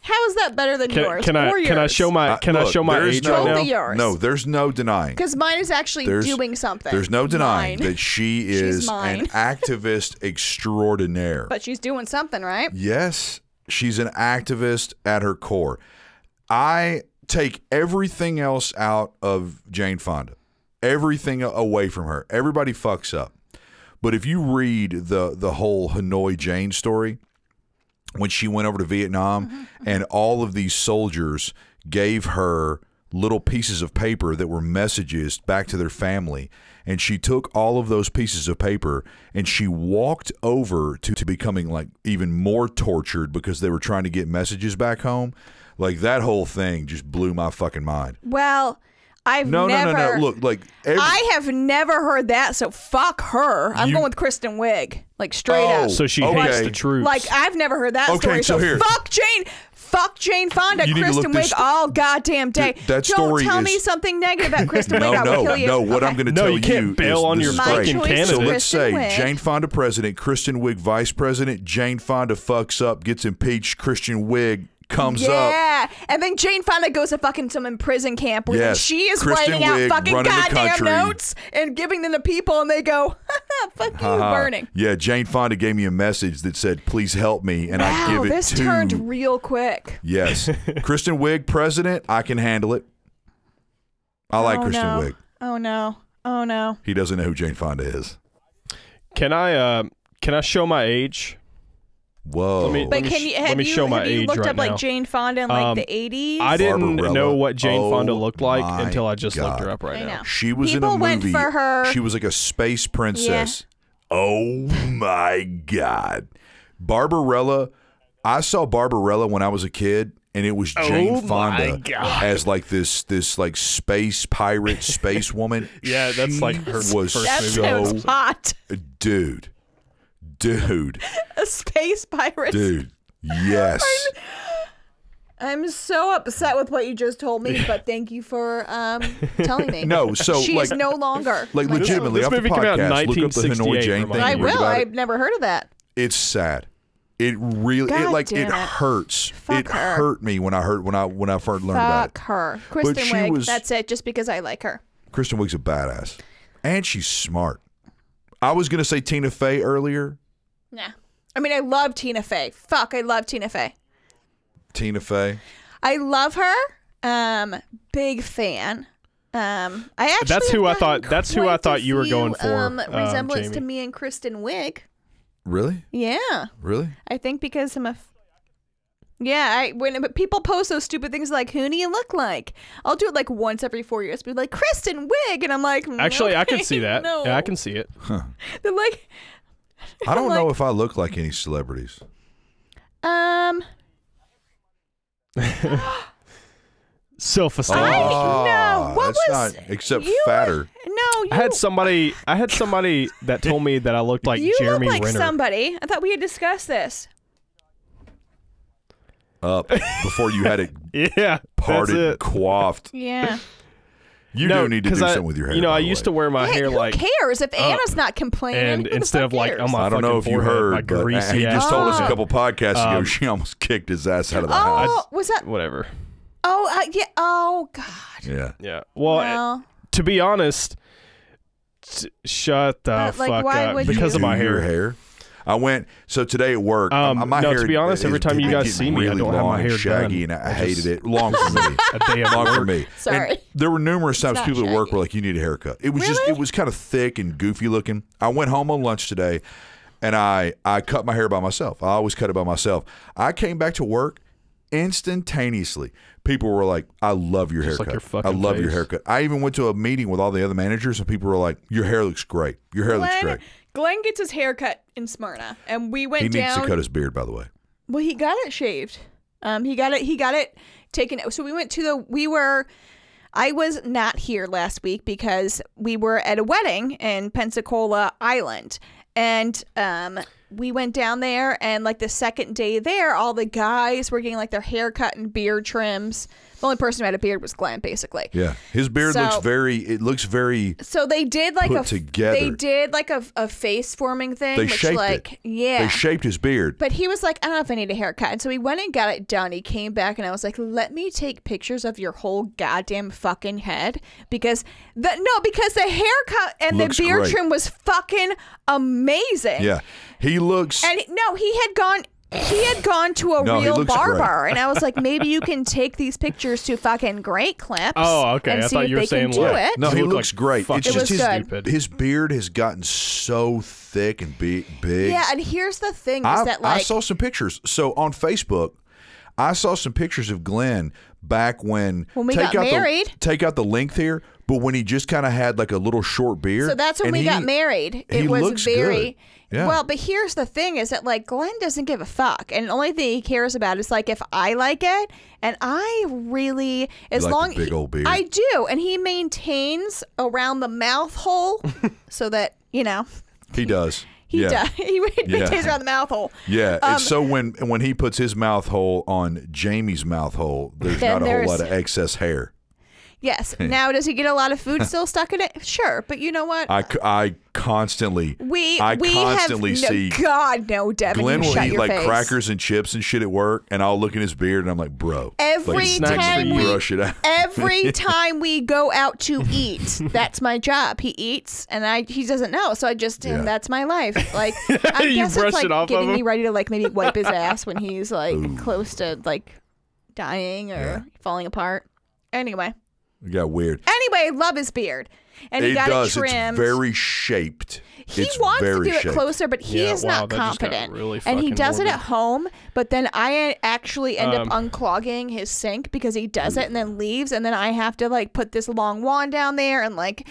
S2: How is that better than
S3: can,
S2: yours?
S3: can I
S2: or
S3: can I
S2: yours?
S3: show my
S1: Uh,
S3: can I
S1: look,
S3: show my
S1: there is
S3: age
S1: no-
S2: Both
S3: right
S2: of
S3: now?
S2: you- yours.
S1: No, there's no denying.
S2: Because mine is actually doing something.
S1: There's no denying
S2: Mine.
S1: that she
S2: She's
S1: is
S2: mine.
S1: an activist extraordinaire.
S2: But she's doing something, right?
S1: yes, she's an activist at her core. I take everything else out of Jane Fonda, everything a- away from her. Everybody fucks up. But if you read the the whole Hanoi Jane story, when she went over to
S2: Mm-hmm,
S1: Vietnam and all of these soldiers gave her little pieces of paper that were messages back to their family and she took all of those pieces of paper and she walked over to, to becoming like even more tortured because they were trying to get messages back home like that whole thing just blew my fucking mind
S2: Well, I've
S1: no
S2: never.
S1: no no no look like every,
S2: I have never heard that, so fuck her. I'm
S1: You-
S2: going with Kristen Wiig, like straight
S1: Oh,
S2: up.
S3: So she
S1: Okay.
S3: hates the troops.
S2: Like I've never heard that
S1: Okay,
S2: story. So,
S1: so here-
S2: fuck Jane, fuck Jane Fonda,
S1: You need to look
S2: Kristen Wiig
S1: this-
S2: all goddamn day.
S1: Th- that
S2: Don't
S1: story
S2: tell
S1: is-
S2: me something negative about Kristen
S1: no
S2: Wiig. I will
S1: no
S2: kill you.
S1: no what
S2: Okay.
S1: i'm going to
S3: No,
S1: tell
S3: you can't
S1: is
S3: bail on
S1: this
S3: your
S1: is
S2: My
S1: great.
S3: fucking
S2: choice is
S1: So
S3: candidate.
S1: let's say
S2: Kristen Wiig.
S1: Jane Fonda president, Kristen Wiig vice president, Jane Fonda fucks up, gets impeached, Christian Wiig comes up.
S2: Yeah, and then Jane Fonda goes to fucking some in prison camp where
S1: Yes.
S2: she is
S1: Kristen
S2: writing out
S1: Wiig
S2: fucking
S1: running the
S2: goddamn
S1: country.
S2: notes and giving them to people, and they go, "Fuck you,
S1: Uh,
S2: burning."
S1: yeah, Jane Fonda gave me a message that said, "Please help me," and I
S2: Wow,
S1: give it
S2: this
S1: to
S2: turned real quick.
S1: yes, Kristen Wiig president. I can handle it. I like
S2: oh,
S1: Kristen
S2: no.
S1: Wiig.
S2: Oh no! Oh no!
S1: He doesn't know who Jane Fonda is.
S3: Can I uh can I show my age?
S1: Whoa!
S3: Let me-
S2: But
S3: me
S2: can
S3: sh-
S2: you
S3: let
S2: have
S3: me
S2: you,
S3: show my
S2: have you
S3: age
S2: looked
S3: right
S2: up
S3: now.
S2: like Jane Fonda in like
S3: Um,
S2: the eighties?
S3: I didn't
S1: Barbarella.
S3: know what Jane Fonda
S1: Oh
S3: looked like
S1: my
S3: until I just looked
S1: God.
S3: her up right
S2: I
S3: now.
S2: know.
S1: She was in
S2: People
S1: a
S2: went
S1: movie.
S2: for her.
S1: She was like a space princess. Oh my god. Barbarella. I saw Barbarella when I was a kid and it was Jane
S3: Oh my
S1: Fonda
S3: God.
S1: as like this this like space pirate space woman.
S3: Yeah, that's
S1: She
S3: like her
S1: was
S3: first
S2: That
S3: movie.
S1: so
S2: sounds hot.
S1: dude. Dude.
S2: A space pirate.
S1: Dude. Yes.
S2: I'm so upset with what you just told me, but thank you for um, telling me.
S1: No, so,
S2: she is
S1: like-
S2: no longer
S1: Like
S2: my
S3: legit-
S1: legitimately
S3: this
S1: off the
S3: movie came out in
S1: podcast, look up the
S3: 1968,
S1: Hanoi Jane
S3: remind
S1: thing.
S3: you.
S2: I
S1: and read
S2: will.
S1: about it.
S2: I've never heard of that.
S1: it's sad. It really, it
S2: God
S1: like it,
S2: damn it.
S1: hurts.
S2: Fuck
S1: it
S2: her.
S1: hurt me when I heard when I when I first learned about
S2: Fuck
S1: it.
S2: her, Kristen
S1: she
S2: Wiig.
S1: was-
S2: That's it. Just because I like her.
S1: Kristen Wiig's a badass, and she's smart. I was gonna say Tina Fey earlier.
S2: Nah. I mean, I love Tina Fey. Fuck, I love Tina Fey.
S1: Tina Fey.
S2: I love her. Um, big fan. Um, I actually
S3: That's who
S2: have
S3: I thought-
S2: gotten
S3: that's who I
S2: quite a
S3: thought you were
S2: few,
S3: going for,
S2: Um,
S3: um,
S2: resemblance to
S3: Jamie.
S2: me and Kristen Wiig.
S1: Really?
S2: Yeah,
S1: Really?
S2: I think because I'm a. F- yeah, I when but people post those stupid things like who do you look like? I'll do it like once every four years, be like Kristen Wiig, and I'm like,
S3: Actually, I
S2: okay,
S3: can see that.
S2: No,
S3: Yeah, I can see it.
S2: They're like,
S1: I don't
S2: like-
S1: know if I look like any celebrities.
S2: um,
S1: Oh.
S3: Self-esteem.
S2: I-
S1: Ah,
S2: no, what
S1: that's
S2: was-
S1: not except
S2: you-
S1: fatter.
S2: no, you
S3: I had somebody. I had somebody that told me that I looked like
S2: you
S3: Jeremy
S2: look like
S3: Renner.
S2: somebody. I thought we had discussed this.
S1: up before you had it
S3: Yeah,
S1: parted,
S3: that's
S1: and
S3: it.
S1: coiffed.
S2: Yeah.
S1: You
S3: no,
S1: do need to do
S3: 'cause I-
S1: something with your hair.
S3: You know,
S1: by
S3: I
S1: the
S3: used
S1: way.
S3: to wear my
S2: Hey,
S3: hair
S2: who
S3: like uh,
S2: cares if Anna's not complaining?
S3: and
S2: who the
S3: instead
S2: fuck
S3: of like
S2: cares?
S3: on my
S1: I don't know
S3: fucking
S1: if you
S3: forehead,
S1: heard,
S3: my
S1: but
S3: greasy
S1: he just
S3: ass- Um,
S1: told us a
S2: Oh.
S1: couple podcasts ago she almost kicked his ass out of the house.
S2: Oh, was that?
S3: whatever.
S2: Oh, uh, yeah. Oh, God.
S1: Yeah.
S3: Yeah. Well,
S2: Well,
S3: to be honest, t- shut the
S2: But, like,
S3: fuck
S2: why
S3: up
S2: would
S3: because
S2: you-
S3: of my
S1: Do your
S3: hair.
S1: hair. I went so today at work.
S3: Um,
S1: um, my
S3: no, to
S1: hair
S3: be honest,
S1: is
S3: every time you
S1: getting
S3: guys see me, I
S1: really
S3: don't have my
S1: long and
S3: hair
S1: shaggy,
S3: done.
S1: and I,
S3: I
S1: hated
S3: just-
S1: it. Long for me,
S3: A day of
S1: long for
S3: work.
S1: me.
S2: Sorry.
S1: And there were numerous times
S2: not
S1: people at work
S2: shaggy.
S1: were like, "You need a haircut." It was just,
S2: Really?
S1: it was kind of thick and goofy looking. I went home on lunch today, and I I cut my hair by myself. I always cut it by myself. I came back to work instantaneously. People were like, "I love your
S3: Just like
S1: haircut.
S3: your
S1: I
S3: fucking
S1: love your
S3: face.
S1: haircut." I even went to a meeting with all the other managers, and people were like, "Your hair looks great. Your hair looks
S2: Glenn,
S1: great."
S2: Glenn gets his hair cut in Smyrna, and we went
S1: He needs
S2: down.
S1: to cut his beard, by the way.
S2: Well, he got it shaved. Um, he got it. He got it taken. So we went to the. We were. I was not here last week because we were at a wedding in Pensacola Island, and um, we went down there. And like the second day there, all the guys were getting like their hair cut and beard trims. The only person who had a beard was Glenn, basically.
S1: Yeah, his beard
S2: So-
S1: looks very. It looks very.
S2: So they did like
S1: Put
S2: a f-
S1: together.
S2: They did like a, a face forming thing,
S1: They
S2: which
S1: shaped
S2: like
S1: it.
S2: yeah.
S1: They shaped his beard.
S2: But he was like, I don't know if I need a haircut. And so he went and got it done. He came back and I was like, let me take pictures of your whole goddamn fucking head because the no, because the haircut and
S1: Looks
S2: the beard
S1: great.
S2: trim was fucking amazing.
S1: yeah, he looks.
S2: And no, he had gone he had gone to a
S1: No, he
S2: real
S1: looks
S2: barber
S1: great.
S2: and I was like, maybe you can take these pictures to fucking great clips.
S3: Oh, okay.
S2: And
S3: I
S2: see
S3: thought
S2: if
S3: you were
S2: they can
S3: saying
S2: do
S3: like-
S2: it.
S1: No,
S3: You
S1: he
S3: look
S1: looks
S3: like
S1: great.
S3: fucking
S1: It's
S2: It
S1: just
S2: was
S1: his,
S2: good.
S3: stupid.
S1: his beard has gotten so thick and big. big.
S2: Yeah, and here's the thing is
S1: I,
S2: that
S1: I
S2: like
S1: saw some pictures. So on Facebook, I saw some pictures of Glenn back when
S2: When we
S1: take
S2: got
S1: out the-
S2: married.
S1: take out the length here, but when he just kind of had like a little short beard.
S2: So that's when
S1: and
S2: we got
S1: he-
S2: married.
S1: he
S2: It was
S1: looks
S2: very
S1: good. Yeah.
S2: well, but here's the thing is that like Glenn doesn't give a fuck. And the only thing he cares about is like if I like it and I really as
S1: like the
S2: long
S1: big
S2: he-
S1: old beard.
S2: I do. And he maintains around the mouth hole so that, you know,
S1: He does.
S2: he
S1: yeah.
S2: does he maintains around the mouth hole.
S1: Yeah,
S2: Um,
S1: and so when when he puts his mouth hole on Jamie's mouth hole, there's
S2: Then
S1: not a whole
S2: there's-
S1: lot of excess hair.
S2: Yes. now does he get a lot of food still stuck in it? Sure. But you know what?
S1: I, c- I constantly
S2: we
S1: I
S2: we
S1: constantly
S2: have, no-
S1: see
S2: God no, Devin.
S1: Glenn
S2: you
S1: will
S2: shut
S1: eat
S2: your
S1: like
S2: face.
S1: crackers and chips and shit at work, and I'll look in his beard and I'm like, bro,
S2: Every
S1: like,
S3: Snacks for
S2: time
S3: you.
S2: we
S1: brush it out.
S2: every time we go out to eat that's my job he eats and i he doesn't know so i just
S1: Yeah.
S2: that's my life like i
S3: You
S2: guess
S3: brush
S2: it's like
S3: it off of
S2: getting me
S3: him.
S2: ready to like maybe wipe his ass when he's like close to like dying or falling apart anyway
S1: It got weird.
S2: anyway love his beard and he
S1: it
S2: got
S1: does.
S2: it trimmed
S1: It's very shaped.
S2: he
S1: it's
S2: wants to
S1: very
S2: do it
S1: shaped.
S2: closer, but he
S3: Yeah,
S2: is
S3: wow,
S2: not
S3: that just got
S2: confident.
S3: really
S2: and he
S3: fucking
S2: does it
S3: morbid.
S2: at home, but then I actually end
S3: Um,
S2: up unclogging his sink because he does it and then leaves, and then I have to like put this long wand down there and like.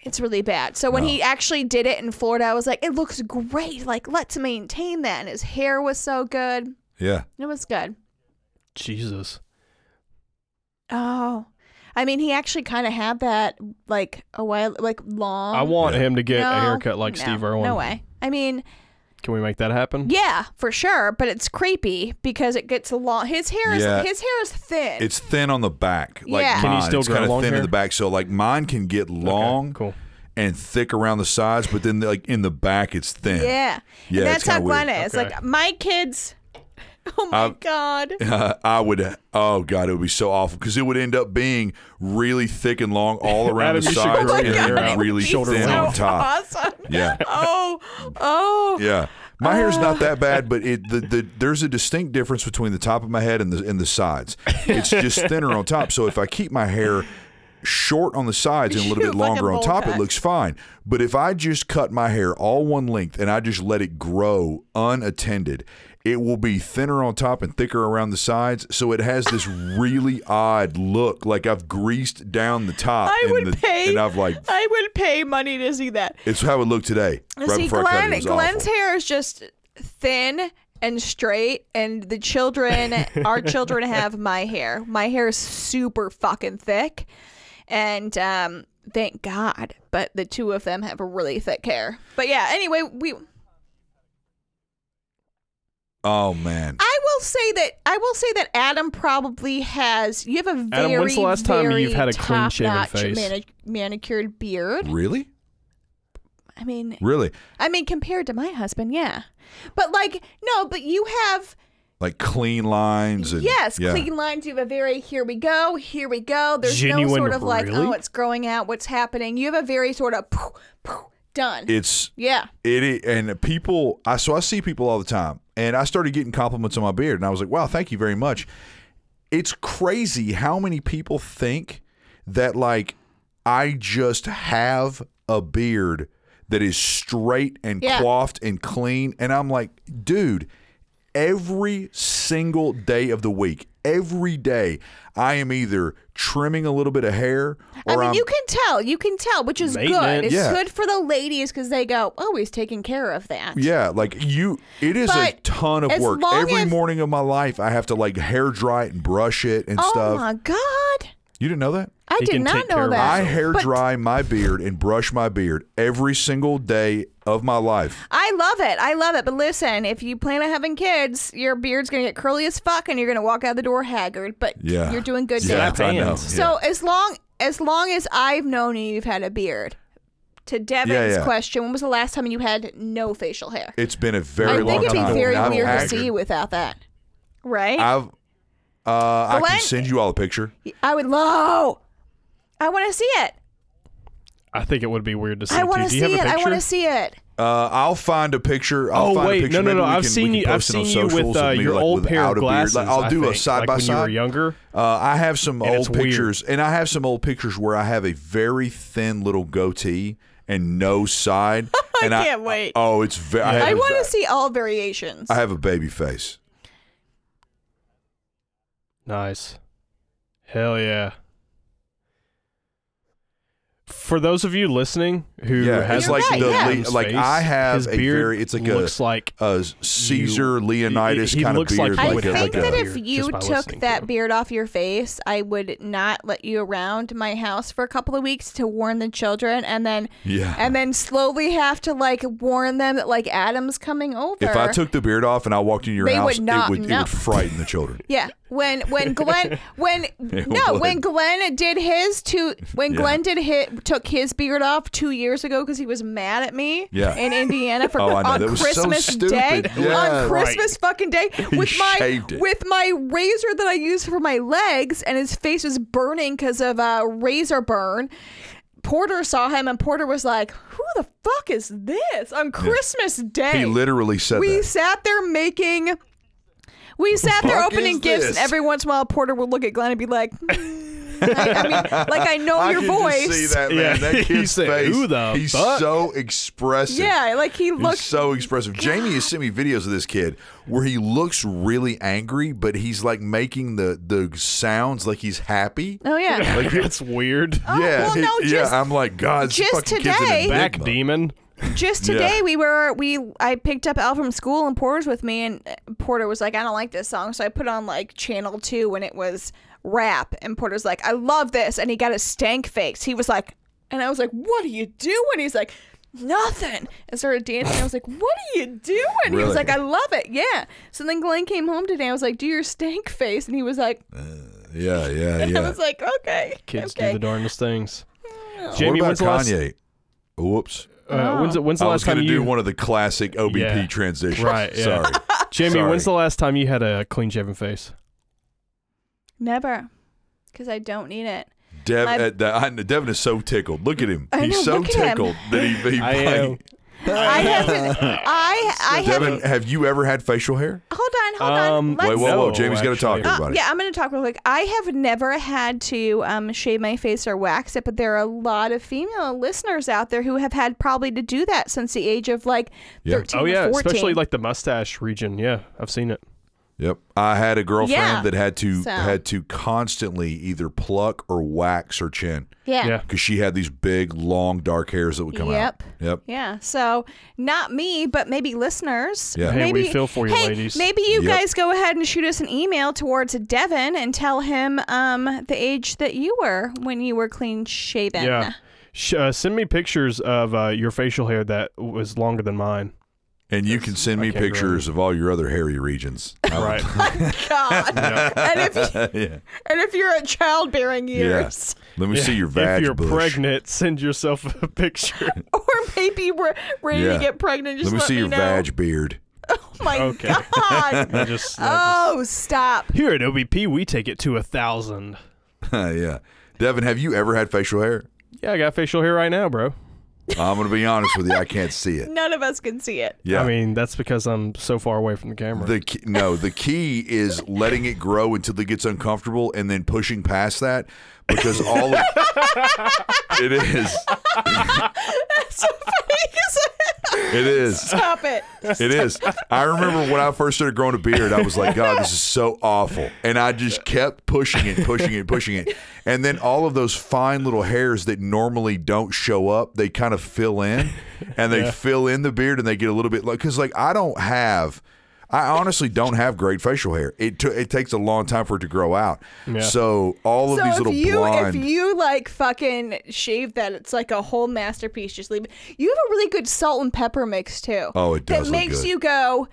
S2: It's really bad. So when
S3: Oh.
S2: he actually did it in Florida, I was like, "It looks great. Like, let's maintain that." And his hair was so good.
S1: Yeah,
S2: It was good.
S3: Jesus.
S2: Oh, I mean, he actually kind of had that like a while, like long.
S3: I want
S1: Yeah.
S3: him to get
S2: Um, No,
S3: a haircut like
S2: no,
S3: Steve Irwin.
S2: No way. I mean,
S3: Can we make that happen?
S2: Yeah, for sure, but it's creepy because it gets long. His hair is
S1: Yeah.
S2: his hair is thin.
S1: it's thin on the back. Like
S2: Yeah.
S1: mine.
S2: Can
S3: you still
S1: it's
S3: grow
S1: kind of
S3: long
S1: thin
S3: hair?
S1: in the back, so like mine can get
S3: Okay,
S1: long
S3: cool.
S1: and thick around the sides, but then like in the back, it's thin.
S2: yeah,
S1: Yeah,
S2: and
S1: it's
S2: that's how
S1: kinda weird.
S2: Glenn is.
S3: Okay.
S2: Like my kids. Oh my
S1: I've-
S2: god.
S1: I would. Oh god, it would be so awful because it would end up being really thick and long all around
S3: Adam,
S1: the
S3: you should
S1: sides,
S3: grow
S1: and
S3: your hair
S1: then
S3: out.
S1: really
S2: Shoulder
S1: thin
S2: so
S1: on top.
S2: Awesome.
S1: Yeah.
S2: Oh, oh.
S1: Yeah. My hair's not
S2: Uh.
S1: that bad, but it the, the there's a distinct difference between the top of my head and the and the sides. It's just thinner on top. So if I keep my hair short on the sides and a little
S2: You
S1: bit longer
S2: fucking
S1: on top,
S2: bowl
S1: it
S2: cut.
S1: looks fine. But if I just cut my hair all one length and I just let it grow unattended, it will be thinner on top and thicker around the sides. So it has this really odd look, like I've greased down the top
S2: I
S1: and,
S2: would
S1: the,
S2: pay.
S1: and I've like
S2: I would pay money to see that.
S1: it's how it looked today. Right
S2: see,
S1: before I cut
S2: Glenn,
S1: it, it was
S2: Glenn's
S1: awful.
S2: hair is just thin and straight, and the children, our children, have my hair. My hair is super fucking thick, and um, thank God. But the two of them have really thick hair. But yeah, anyway, we.
S1: Oh man.
S2: I will say that I will say that Adam probably has. You have a very,
S3: Adam, when's the last time
S2: very
S3: you've had a clean-shaven
S2: top-notch
S3: face?
S2: mani- manicured beard.
S1: Really?
S2: I mean,
S1: Really?
S2: I mean, compared to my husband, yeah. But like, no, but you have
S1: Like clean lines and
S2: yes,
S1: yeah.
S2: clean lines. You have a very here we go, here we go. There's no
S3: Genuine,
S2: sort of like,
S3: really?
S2: oh, it's growing out, what's happening. You have a very sort of poof, poof, done.
S1: It's
S2: yeah.
S1: It i- and people, I so I see people all the time, and I started getting compliments on my beard, and I was like, "Wow, thank you very much." It's crazy how many people think that like I just have a beard that is straight and
S2: Yeah.
S1: coiffed and clean, and I'm like, dude, every single day of the week, every day, I am either trimming a little bit of hair, or
S2: I mean,
S1: I'm
S2: you can tell. You can tell, which is good.
S3: Maintenance.
S2: It's
S1: Yeah.
S2: good for the ladies because they go, "Oh, he's taking care of that."
S1: Yeah, like you, it is a
S2: But
S1: ton of
S2: as
S1: work.
S2: long
S1: Every
S2: as-
S1: morning of my life, I have to like hair dry it and brush it and
S2: oh
S1: stuff.
S2: my god,
S1: You didn't know that?
S2: I
S3: He
S2: did
S3: can
S2: not
S3: take care
S2: know
S3: of
S2: that.
S1: I hair
S2: But
S1: dry my beard and brush my beard every single day of my life.
S2: I love it. I love it. But listen, if you plan on having kids, your beard's gonna get curly as fuck, and you're gonna walk out the door haggard. But
S1: Yeah,
S2: you're doing good.
S1: Yeah,
S2: now.
S3: Slap
S1: I know.
S3: hands.
S2: So as long as long as I've known you, you've had a beard. To Devin's
S1: yeah.
S2: question, when was the last time you had no facial hair?
S1: it's been a
S2: I
S1: very
S2: think
S1: long
S2: it'd be
S1: time.
S2: very
S1: and I've
S2: weird to
S1: actually-
S2: see you without that. Right?
S1: I've, uh, I
S2: Glenn-
S1: can send you all a picture.
S2: I would love. I want to see it.
S3: I think it would be weird to see.
S2: I
S3: too.
S2: want to
S3: Do
S2: see
S3: you have
S2: it.
S3: a
S2: I
S3: picture?
S2: want to see it.
S1: Uh, I'll find a picture. I'll
S3: Oh
S1: find a
S3: wait,
S1: picture.
S3: no, no,
S1: Maybe
S3: no!
S1: we
S3: I've
S1: can- we
S3: seen
S1: can
S3: you. I've
S1: post it on
S3: seen you
S1: socials
S3: with uh,
S1: me,
S3: your
S1: like,
S3: old pair
S1: without
S3: of
S1: a beard.
S3: glasses.
S1: Like, I'll
S3: I
S1: do
S3: think,
S1: a side
S3: like
S1: by
S3: when you were
S1: side.
S3: younger.
S1: Uh, I have some
S3: it's
S1: old
S3: weird.
S1: pictures, and I have some old pictures where I have a very thin little goatee and no side. I and
S2: can't wait.
S1: oh, it's very. I,
S2: I
S1: have a-
S2: want to see all variations.
S1: I have a baby face.
S3: Nice. Hell yeah. For those of you listening who
S1: Yeah,
S3: has
S1: it's like
S2: You're right,
S1: the
S2: yeah.
S1: le- like I have
S3: his
S1: a
S3: beard
S1: very. It's like a
S3: looks like
S1: a Caesar Leonidas
S3: he- he
S1: kind of
S3: looks like
S1: beard.
S3: he
S2: I
S3: would
S1: a,
S3: have
S2: think
S1: like
S2: that
S1: a,
S2: if
S3: beard
S2: you
S3: just by
S2: took
S3: listening to
S2: that
S3: him.
S2: beard off your face, I would not let you around my house for a couple of weeks to warn the children, and then
S1: Yeah.
S2: and then slowly have to like warn them that like Adam's coming over.
S1: if I took the beard off and I walked into your
S2: They would
S1: house,
S2: not
S1: it would it
S2: know.
S1: would frighten the children.
S2: Yeah, when when Glenn when no
S1: would.
S2: when Glenn did his two when
S1: Yeah.
S2: Glenn did hit took his beard off two years ago because he was mad at me
S1: Yeah.
S2: in Indiana for
S1: Oh, I know.
S2: on
S1: That was so
S2: Christmas Day
S1: stupid. Yeah.
S2: on Christmas fucking day with my
S1: shaved it.
S2: with my razor that I use for my legs and his face was burning because of uh, razor burn. Porter saw him and Porter was like, "Who the fuck is this on Christmas Day?"
S1: He literally said
S2: we
S1: that.
S2: sat there making we sat there
S1: fuck
S2: opening
S1: is
S2: gifts
S1: this?
S2: and every once in a while porter would look at glenn and be like "Mm." I, I mean like i know your voice
S3: man. That Yeah. kid's He said, face, "Who the
S1: He's
S3: he's fuck?"
S1: so expressive.
S2: yeah like he
S1: He's
S2: looked
S1: so expressive. Jamie has sent me videos of this kid where he looks really angry, but he's like making the the sounds like he's happy.
S2: oh yeah
S1: Like
S3: that's weird.
S1: yeah,
S2: Oh, well,
S1: he-
S2: no, just-
S1: yeah. I'm like God. this
S2: just
S1: fucking kid's an
S2: today-
S3: Back
S1: enigma.
S3: demon.
S2: just
S1: Yeah.
S2: today we were we i picked up al from school and porter's with me and uh, porter was like i don't like this song so i put on like channel two when it was rap and porter's like i love this and he got a stank face he was like and i was like what are you doing he's like nothing and started dancing i was like what are you doing he was
S1: Really?
S2: like i love it yeah so then glenn came home today i was like do your stank face and he was like
S1: Uh, Yeah, yeah,
S2: i
S1: yeah.
S2: was like okay
S3: Kids
S2: okay
S3: do the darndest things.
S1: what
S3: Jamie,
S1: about
S3: when's the last?
S1: Kanye? Whoops.
S2: Oh.
S3: Uh, when's, the- when's the
S1: I was
S3: last time
S1: going to
S3: you?
S1: do one of the classic OBP
S3: Yeah.
S1: transitions.
S3: Right, yeah.
S1: Sorry.
S3: Jamie,
S1: Sorry.
S3: when's the last time you had a clean shaven face?
S2: never because i don't need it
S1: Dev,
S2: My-
S1: uh, the, I, Devin is so tickled. Look at him.
S2: I
S1: He's
S2: know,
S1: so
S2: look at him.
S1: tickled that he. he
S3: I am.
S2: i haven't i i
S1: Devin,
S2: haven't
S1: have you ever had facial hair?
S2: hold on hold on
S3: Um,
S2: Let's-
S1: Wait, whoa, whoa!
S3: No,
S1: Jamie's got to talk
S3: actually.
S1: to
S2: Uh,
S1: everybody.
S2: yeah, I'm going to talk real quick. I have never had to um, shave my face or wax it, but there are a lot of female listeners out there who have had probably to do that since the age of like
S1: Yeah.
S2: 13
S3: Oh
S2: or
S3: yeah,
S2: 14.
S3: especially like the mustache region. Yeah, I've seen it.
S1: Yep. I had a girlfriend
S2: Yeah.
S1: that had to
S2: So.
S1: had to constantly either pluck or wax her chin
S2: yeah.
S3: Yeah.
S1: because she had these big, long, dark hairs that would come
S2: Yep.
S1: out. Yep.
S2: Yeah, so not me, but maybe listeners.
S1: Yeah.
S3: Hey, we
S2: maybe,
S3: feel for you,
S2: hey,
S3: ladies.
S2: Maybe you
S1: Yep.
S2: guys go ahead and shoot us an email towards Devin and tell him um, the age that you were when you were clean shaven.
S3: Yeah. Sh- uh, send me pictures of uh, your facial hair that was longer than mine.
S1: And you can send me
S3: can't grow
S1: pictures of all your other hairy regions.
S3: Right.
S2: God. And if you,
S1: yeah.
S2: and if you're at childbearing years,
S1: Let me see your vag
S3: if you're
S1: bush.
S3: pregnant, send yourself a picture.
S2: or maybe we're ready
S1: Yeah.
S2: to get pregnant, just
S1: Let
S2: let
S1: me see your
S2: know.
S1: vag beard.
S2: Oh my
S3: Okay. I
S2: God.
S3: just,
S1: uh,
S3: I just-
S2: oh, stop.
S3: here at OBP, we take it to a thousand.
S1: yeah. Devin, have you ever had facial hair?
S3: Yeah, I got facial hair right now, bro.
S1: I'm going to be honest with you. I can't see it.
S2: None of us can see it.
S1: Yeah.
S3: I mean, that's because I'm so far away from the camera.
S1: The key, no, the key is letting it grow until it gets uncomfortable, and then pushing past that because all of, it is,
S2: It's so funny 'cause-
S1: it is,
S2: Stop it.
S1: it is. I remember when I first started growing a beard, I was like, God, this is so awful, and I just kept pushing it, pushing it, pushing it, and then all of those fine little hairs that normally don't show up, they kind of fill in, and they fill in the beard, and they get a little bit like because like I don't have. I honestly don't have great facial hair. It t- it takes a long time for it to grow out. So all of
S2: So
S1: these
S2: if
S1: little
S2: you
S1: blonde.
S2: if you like fucking shave that, it's like a whole masterpiece. Just leave it. You have a really good salt and pepper mix too.
S1: Oh, it does
S2: That
S1: look
S2: makes
S1: good.
S2: you go,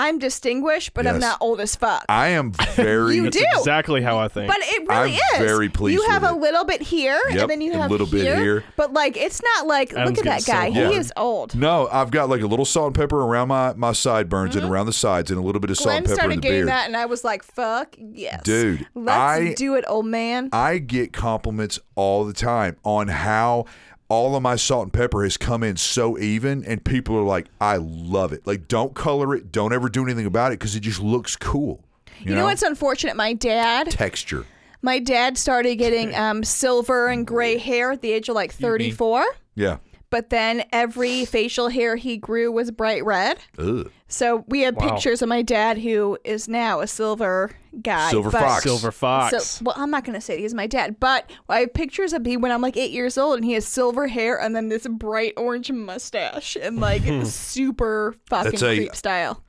S2: I'm distinguished, but I'm
S1: Yes.
S2: not old as fuck.
S1: I am very.
S2: You
S3: that's
S2: do.
S3: exactly how I think.
S2: but it really
S1: I'm
S2: is.
S1: very pleased
S2: You have
S1: with
S2: a
S1: it.
S2: little bit here,
S1: Yep,
S2: and then you
S1: a
S2: have
S1: little bit here.
S2: But like, it's not like
S3: Adam's
S2: look at that
S3: getting
S2: guy.
S3: so
S2: he
S1: hard.
S2: is old.
S1: no, I've got like a little salt and pepper around my, my sideburns and around the sides and a little bit of salt
S2: Mm-hmm. Glenn
S1: and pepper in
S2: started
S1: the
S2: getting
S1: beard.
S2: that, and I was like, "Fuck yes,
S1: Dude,
S2: Let's
S1: I-
S2: do it, old man."
S1: I get compliments all the time on how all of my salt and pepper has come in so even, and people are like, "I love it." Like, don't color it. Don't ever do anything about it because it just looks cool. You,
S2: you know what's unfortunate? My dad
S1: Texture.
S2: My dad started getting um, silver and gray hair at the age of like 34,
S1: Yeah.
S2: but then every facial hair he grew was bright red.
S1: Ugh.
S2: So we had
S3: Wow.
S2: pictures of my dad, who is now a silver guy.
S1: Silver
S2: but-
S1: fox.
S3: Silver Fox.
S2: So, well, I'm not going to say he's my dad, but I have pictures of him when I'm like eight years old, and he has silver hair and then this bright orange mustache and like super fucking
S1: Hmm. That's a-
S2: creep style.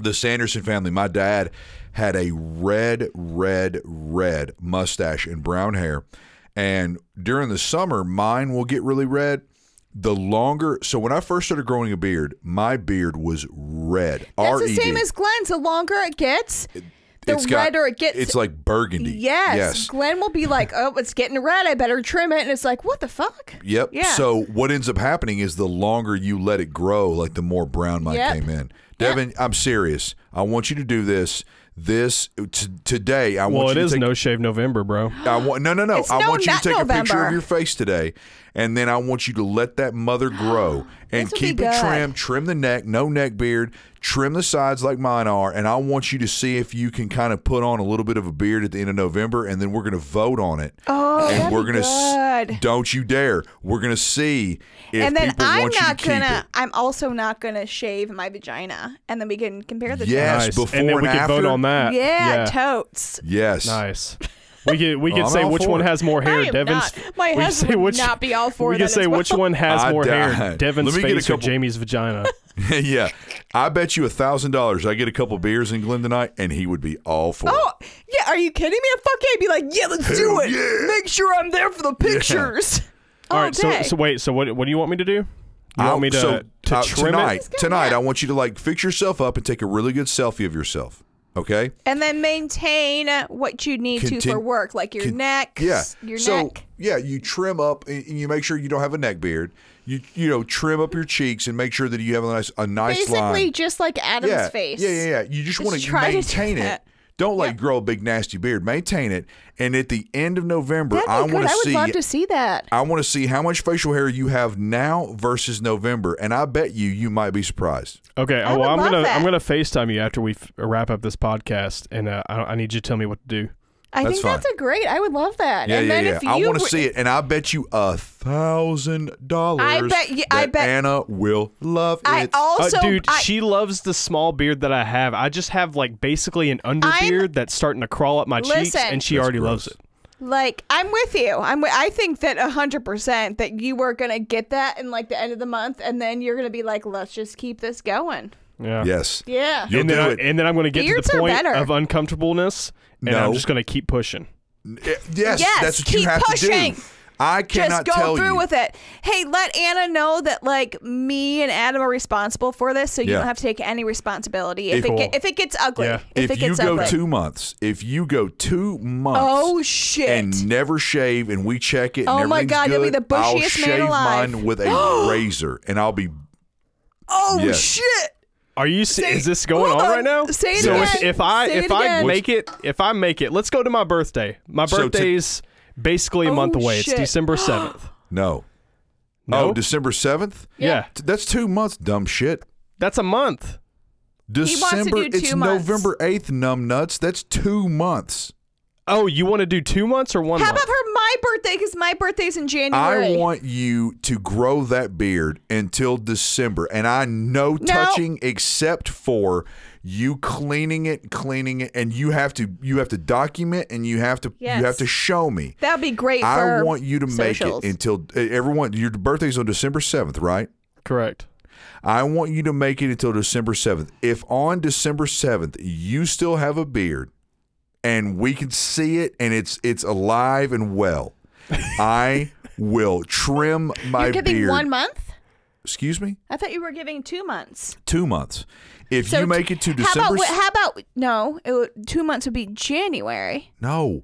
S1: the Sanderson family, my dad had a red, red, red mustache and brown hair. And during the summer, mine will get really red. The longer, so when I first started growing a beard, my beard was red. E
S2: That's the
S1: R-E-D.
S2: same as Glenn's. The longer it gets, the
S1: It's got-
S2: redder it gets.
S1: It's like burgundy.
S2: Yes.
S1: Yes.
S2: Glenn will be like, oh, it's getting red. I better trim it. And it's like, what the fuck?
S1: Yep.
S2: Yeah.
S1: So what ends up happening is the longer you let it grow, like the more brown mine
S2: Yep.
S1: came in. Devin, I'm serious. I want you to do this. This t- today, I
S3: well,
S1: want
S3: it
S1: you to
S3: is
S1: take
S3: No Shave November, bro.
S1: I want no, no, no.
S2: It's
S1: I
S2: no
S1: want you to
S2: nut
S1: take a picture
S2: November.
S1: of your face today, and then I want you to let that mother grow and
S2: This would be
S1: keep it
S2: good.
S1: trim. Trim the neck, no neck beard. Trim the sides like mine are, and I want you to see if you can kind of put on a little bit of a beard at the end of November, and then we're going to vote on it.
S2: Oh,
S1: and
S2: that'd
S1: we're
S2: be
S1: gonna s-
S2: good.
S1: don't you dare. We're going to see if
S2: and then
S1: people
S2: I'm
S1: want you to
S2: not
S1: keep
S2: going
S1: it.
S2: to, I'm also not going to shave my vagina. And then we can compare the
S1: Yes,
S3: nice.
S1: before
S3: and then
S1: and
S3: we can vote
S1: after?
S3: on that.
S2: two. Yeah, totes.
S1: Yes.
S3: Nice. We can we
S1: Well,
S3: can
S1: I'm
S3: say
S1: all
S3: which
S1: for
S3: one
S1: it.
S3: has more hair.
S2: I am
S3: Devin's.
S2: not. My
S3: we can
S2: husband
S3: say
S2: would
S3: which,
S2: not be all for
S3: We can
S2: that
S3: say
S2: as well.
S3: which one has
S1: I
S3: more hair.
S1: died.
S3: Devin's
S1: Let me
S3: face
S1: get a
S3: or
S1: couple-
S3: Jamie's vagina.
S1: yeah. I bet you a thousand dollars I get a couple beers in Glenn tonight, and he would be all for it.
S2: Oh, yeah. Are you kidding me? Fuck yeah. I'd be like, yeah, let's do
S1: Hell
S2: it.
S1: yeah.
S2: Make sure I'm there for the pictures.
S3: all
S2: All
S3: right. So so wait. So what what do you want me to do? You want
S1: I'll-
S3: me to
S1: so,
S3: to
S1: uh,
S3: trim
S1: tonight?
S3: it?
S1: Tonight, I want you to like fix yourself up and take a really good selfie of yourself. Okay.
S2: and then maintain what you need to
S1: Contin-
S2: for work, like your
S1: Con-
S2: neck.
S1: Yeah.
S2: Your
S1: so
S2: neck.
S1: yeah, you trim up and and you make sure you don't have a neck beard. You you know trim up your cheeks and make sure that you have a nice a nice
S2: Basically,
S1: line.
S2: just like Adam's
S1: yeah.
S2: face.
S1: Yeah, yeah, yeah. You just want to
S2: try to do
S1: maintain it.
S2: that.
S1: Don't like grow a big nasty beard. Maintain it, and at the end of November,
S2: That'd be
S1: I
S2: good.
S1: want
S2: I would
S1: see
S2: love to see that.
S1: I want to see how much facial hair you have now versus November, and I bet you you might be surprised.
S3: Okay.
S2: I
S3: well,
S2: would
S3: I'm
S2: love
S3: gonna
S2: that.
S3: I'm gonna Facetime you after we f- wrap up this podcast, and uh, I, I need you to tell me what to do.
S2: I
S1: That's
S2: think
S1: fine.
S2: that's a great. I would love that.
S1: Yeah,
S2: and
S1: yeah,
S2: then
S1: yeah.
S2: if you
S1: I want to
S2: were-
S1: see it, and I bet you a thousand dollars.
S2: I bet you- I
S1: that
S2: bet-
S1: Anna will love
S2: I
S1: it.
S2: also,
S3: uh, dude,
S2: I,
S3: she loves the small beard that I have. I just have like basically an underbeard that's starting to crawl up my cheeks,
S2: Listen.
S3: and she
S1: That's
S3: already loves
S1: gross.
S3: it.
S2: like, I'm with you. I'm. With, I think that hundred percent that you were gonna get that in like the end of the month, and then you're gonna be like, let's just keep this going.
S3: Yeah.
S1: yes,
S2: Yeah.
S1: You'll
S3: and then
S1: do
S3: I,
S1: it.
S3: and then I'm going to get
S2: Beards
S3: to the
S2: are
S3: point
S2: better.
S3: of uncomfortableness, and
S1: No.
S3: I'm just going to keep pushing.
S1: eh, Yes,
S2: Yes,
S1: that's what you
S2: keep
S1: have to
S2: pushing.
S1: do. I
S2: Just
S1: cannot
S2: go
S1: tell
S2: through
S1: you.
S2: with it. Hey, let Anna know that like me and Adam are responsible for this, so you
S1: Yeah.
S2: don't have to take any responsibility if
S1: If-
S2: it get, if it gets ugly.
S3: Yeah.
S1: if
S2: If, it
S1: you
S2: gets
S1: go
S2: ugly.
S1: two months, if you go two months,
S2: oh shit.
S1: and never shave and we check it and
S2: Oh my
S1: everything's
S2: God,
S1: good,
S2: you'll be the
S1: I'll
S2: bushiest man
S1: shave
S2: alive.
S1: mine with a razor and I'll be
S2: oh
S1: yes.
S2: shit.
S3: Are you? se-
S2: Say-
S3: is this going
S2: hold
S3: on
S2: on.
S3: right now?
S2: Say it
S3: so
S1: again.
S3: if, if I
S2: Say
S3: if
S2: it
S3: I
S2: again.
S3: make it, if I make it, let's go to my birthday. My
S1: So to-
S3: birthday's basically a month
S2: Oh,
S3: away.
S2: shit.
S3: It's December
S1: Oh,
S3: seventh.
S1: no.
S3: No?
S1: Oh, December 7th?
S3: yeah,
S1: T- That's 2 months dumb shit.
S3: that's a month.
S2: wants to
S1: December
S2: do
S1: it's
S2: two months.
S1: November 8th numb nuts. That's 2 months.
S3: Oh, you want to do two months or one
S2: How
S3: month?
S2: about for my birthday? Because my birthday's in January.
S1: I want you to grow that beard until December, and I know
S2: No.
S1: touching except for you cleaning it, cleaning it, and you have to you have to document and you have to you have
S2: Yes.
S1: to show me.
S2: That'd be great.
S1: I
S2: for
S1: want you to make
S2: socials.
S1: it until e, everyone. Your birthday's on December seventh, right?
S3: Correct.
S1: I want you to make it until December seventh. If on December seventh you still have a beard, and we can see it, and it's it's alive and well, I will trim my
S2: You're giving
S1: beard.
S2: one month.
S1: Excuse me,
S2: I thought you were giving two months.
S1: two months. If
S2: So
S1: you make it to
S2: How
S1: December,
S2: about?
S1: s-
S2: How about? No, it would, two months would be January.
S1: no.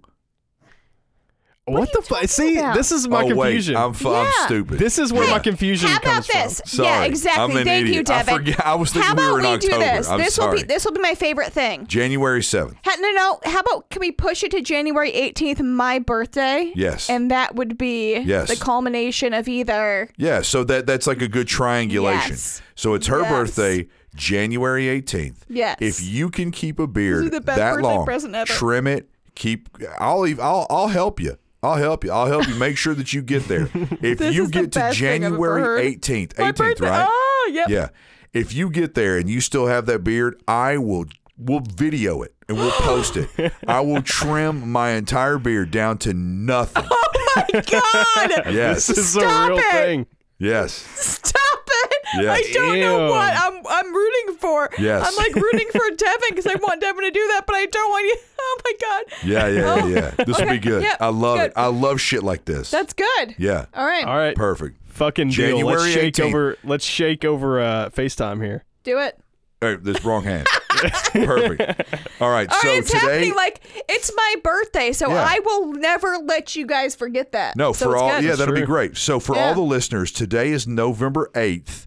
S3: What,
S2: are
S3: the
S2: you
S3: fuck?
S2: talking
S3: See,
S2: about?
S3: this is my
S1: oh
S3: confusion.
S1: wait, I'm, fu-
S2: Yeah.
S1: I'm stupid.
S3: this is where
S1: Yeah.
S3: my confusion
S2: How about
S3: comes from.
S2: this?
S1: Sorry.
S2: Yeah, exactly.
S1: I'm an
S2: Thank you,
S1: idiot. I
S2: Devin.
S1: forget- I was thinking
S2: how
S1: we
S2: about
S1: were in
S2: we do
S1: October.
S2: this?
S1: I'm
S2: this will be
S1: sorry.
S2: this will be my favorite thing.
S1: January seventh.
S2: Ha- No, no. How about can we push it to January 18th, my birthday?
S1: Yes.
S2: And that would be
S1: Yes.
S2: the culmination of either.
S1: Yeah, so that that's like a good triangulation.
S2: Yes.
S1: So it's her
S2: Yes.
S1: birthday, January eighteenth.
S2: Yes.
S1: If you can keep a beard
S2: is the best
S1: that
S2: birthday
S1: long,
S2: present ever.
S1: trim it. Keep. I'll even. I'll. I'll help you. I'll help you. I'll help you. Make sure that you get there. If
S2: This
S1: you
S2: is the
S1: get to
S2: best thing I've ever heard.
S1: January eighteenth,
S2: My
S1: eighteenth,
S2: birthday.
S1: right?
S2: Oh, yep.
S1: Yeah. If you get there and you still have that beard, I will we'll video it and we'll post it. I will trim my entire beard down to nothing.
S2: Oh my god.
S1: Yes.
S3: This is
S2: Stop
S3: a real
S2: it.
S3: thing.
S1: Yes.
S2: Stop it!
S1: Yes.
S2: I don't know
S3: Ew.
S2: what I'm I'm rooting for.
S1: Yes.
S2: I'm like rooting for Devin because I want Devin to do that, but I don't want you. Oh my god.
S1: Yeah, yeah,
S2: Oh.
S1: yeah. This will
S2: Okay.
S1: be good.
S2: Yep.
S1: I love
S2: Good.
S1: it. I love shit like this.
S2: That's good.
S1: yeah.
S2: All right.
S3: All right,
S1: Perfect.
S3: fucking deal. Let's
S1: January
S3: shake
S1: 18th.
S3: over. Let's shake over uh, Facetime here.
S2: Do it.
S1: All right, this wrong hand. Perfect. All right.
S2: All right,
S1: so
S2: it's
S1: today,
S2: happening. Like it's my birthday, so
S1: Yeah.
S2: I will never let you guys forget that.
S1: no,
S2: So
S1: for
S2: it's
S1: all,
S2: good.
S1: yeah, that'll be
S3: true.
S1: great. So for
S2: Yeah.
S1: all the listeners, today is November eighth.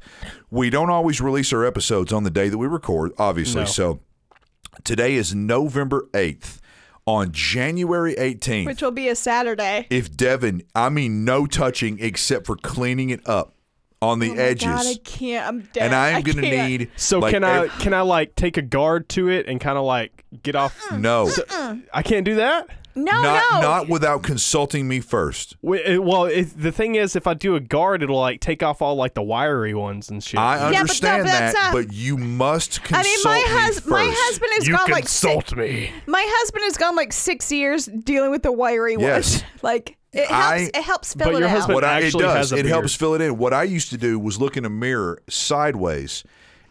S1: We don't always release our episodes on the day that we record, obviously.
S3: No.
S1: So today is November eighth. On January eighteenth,
S2: Which will be a Saturday.
S1: if Devin, I mean, no touching except for cleaning it up on the
S2: Oh my
S1: edges,
S2: God, I can't. I'm dead.
S1: and I am
S2: going
S1: gonna
S2: to
S1: need.
S3: So
S1: like,
S3: can I
S1: ev-
S3: can I like take a guard to it and kind of like get off?
S1: no,
S3: I can't do that.
S2: No,
S1: not
S2: Oh, no.
S1: not without consulting me first.
S3: Wait, it- uh, Well, it, the thing is, if I do a guard, it'll like take off all like the wiry ones and shit.
S1: I uh,
S2: no,
S1: understand
S2: but
S1: that,
S2: that's not-
S1: but you must
S2: I
S1: consult
S2: mean, my
S1: me
S2: hus-
S1: first.
S2: my husband has gone like six,
S3: me.
S2: My husband has gone like six years dealing with the wiry
S1: Yes.
S2: one. Like it helps.
S1: I-
S2: it helps
S3: But
S2: fill it
S3: your
S2: out.
S3: husband-
S1: What I, it
S3: actually
S1: does,
S3: has a
S1: it
S3: beard.
S1: helps fill it in. What I used to do was look in a mirror sideways,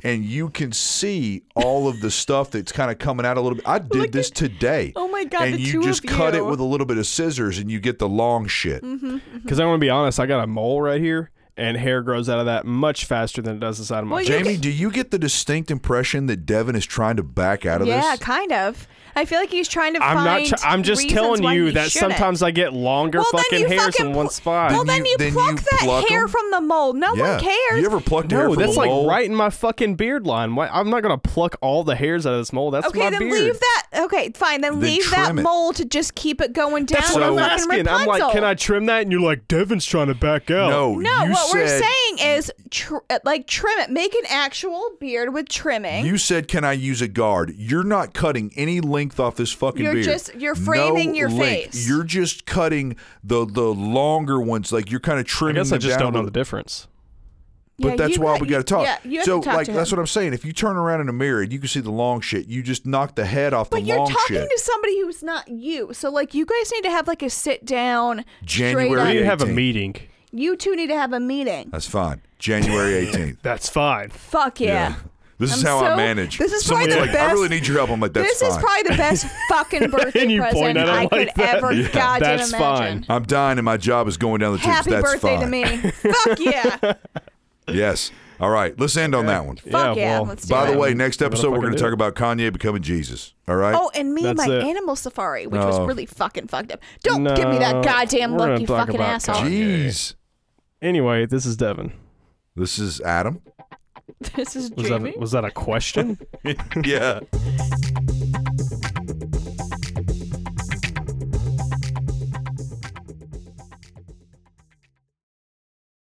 S1: and you can see all of the stuff that's kind of coming out a little bit. I did this today.
S2: Oh my God,
S1: And
S2: the
S1: you
S2: two
S1: just
S2: of
S1: cut
S2: you. Mm-hmm.
S1: it with a little bit of scissors, and you get the long shit.
S3: Because I'm gonna be honest, I got a mole right here, and hair grows out of that much faster than it does the side of my.
S2: Well, you-
S1: Jamie, do you get the distinct impression that Devin is trying to back out of
S2: yeah,
S1: this?
S2: kind of. I feel like he's trying to
S3: I'm not.
S2: find.
S3: Tr- I'm just
S2: reasons
S3: telling
S2: why
S3: you
S2: he
S3: that
S2: shouldn't.
S3: sometimes I get longer
S2: Well, then
S3: fucking
S2: you
S3: hairs
S2: fucking
S3: in one
S2: pl-
S3: spot.
S2: Well,
S1: Then
S2: then
S1: you-
S2: you,
S1: then
S2: pluck
S1: you
S2: that
S1: pluck
S2: hair
S1: 'em?
S2: from the mole. No
S1: Yeah.
S2: one cares.
S1: You ever plucked hair
S3: no,
S1: from
S3: that's
S1: a
S3: like
S1: mole?
S3: right in my fucking beard line. Why, I'm not gonna pluck all the hairs out of this mole. That's
S2: okay,
S3: my
S2: then
S3: beard.
S2: leave that. Okay, fine. Then,
S1: Then
S2: leave that
S1: trim it.
S2: mole to just keep it going down.
S3: That's what
S2: to
S3: I'm
S2: fucking
S3: asking. I'm like,
S2: Rapunzel.
S3: can I trim that? And you're like, Devin's trying to back out.
S1: No,
S2: No,
S1: you
S2: what we're
S1: said-
S2: saying is, tr- uh, like, trim it. Make an actual beard with trimming.
S1: You said, "Can I use a guard?" You're not cutting any length off this fucking
S2: You're
S1: beard.
S2: just- you're
S1: No
S2: framing your
S1: length.
S2: face.
S1: You're just cutting the the longer ones. Like you're kind of
S3: I
S1: trimming.
S3: guess I
S1: them
S3: just
S1: down
S3: don't
S1: a
S3: know the
S1: little-
S3: difference.
S1: But
S2: Yeah,
S1: that's
S2: you
S1: why
S2: got-
S1: we got to talk.
S2: yeah, you have
S1: so
S2: to talk
S1: like
S2: to
S1: that's
S2: him.
S1: what I'm saying. If you turn around in a mirror and you can see the long shit, you just knock the head off
S2: But
S1: the
S2: you're
S1: long
S2: talking
S1: shit.
S2: to somebody who's not you. So like you guys need to have like a sit down.
S1: January
S3: We
S2: Straight
S3: need
S2: up.
S3: to have a
S1: 18.
S3: meeting.
S2: You two need to have a meeting.
S1: that's fine. January 18th.
S3: That's fine.
S2: Fuck yeah.
S1: This is
S2: I'm
S1: how I
S2: so-
S1: manage.
S2: This is
S1: Someone's
S2: probably
S1: like,
S2: the
S1: I
S2: best-
S1: really need your help. I'm like, that's
S2: this
S1: fine.
S2: is probably the best fucking
S3: And
S2: birthday
S3: you point
S2: present
S3: at it
S2: I
S3: like
S2: could
S3: that.
S2: ever
S3: Yeah.
S2: goddamn
S3: That's
S2: imagine.
S3: fine.
S1: I'm dying, and my job is going down the tubes.
S2: Happy
S1: that's
S2: birthday
S1: fine.
S2: to me. Fuck yeah. Fuck
S1: Yes. All right. Let's end on that one.
S2: yeah.
S3: well,
S2: Let's do
S1: By
S2: it.
S1: the way, next
S3: We're gonna
S1: episode we're going
S3: fucking
S1: to
S3: do
S1: talk
S3: it.
S1: about Kanye becoming Jesus. All right.
S2: Oh, and me and my
S3: That's it. Oh.
S2: animal safari, which
S1: No.
S2: was really fucking fucked up. Don't give me
S3: No,
S2: that goddamn
S3: we're
S2: look,
S3: gonna
S2: you
S3: talk
S2: fucking
S3: about
S2: asshole.
S3: Kanye.
S1: Jeez.
S3: Anyway, this is Devin.
S1: This is Adam.
S2: This is
S3: Was that,
S2: Jamie.
S3: was that a question?
S1: yeah.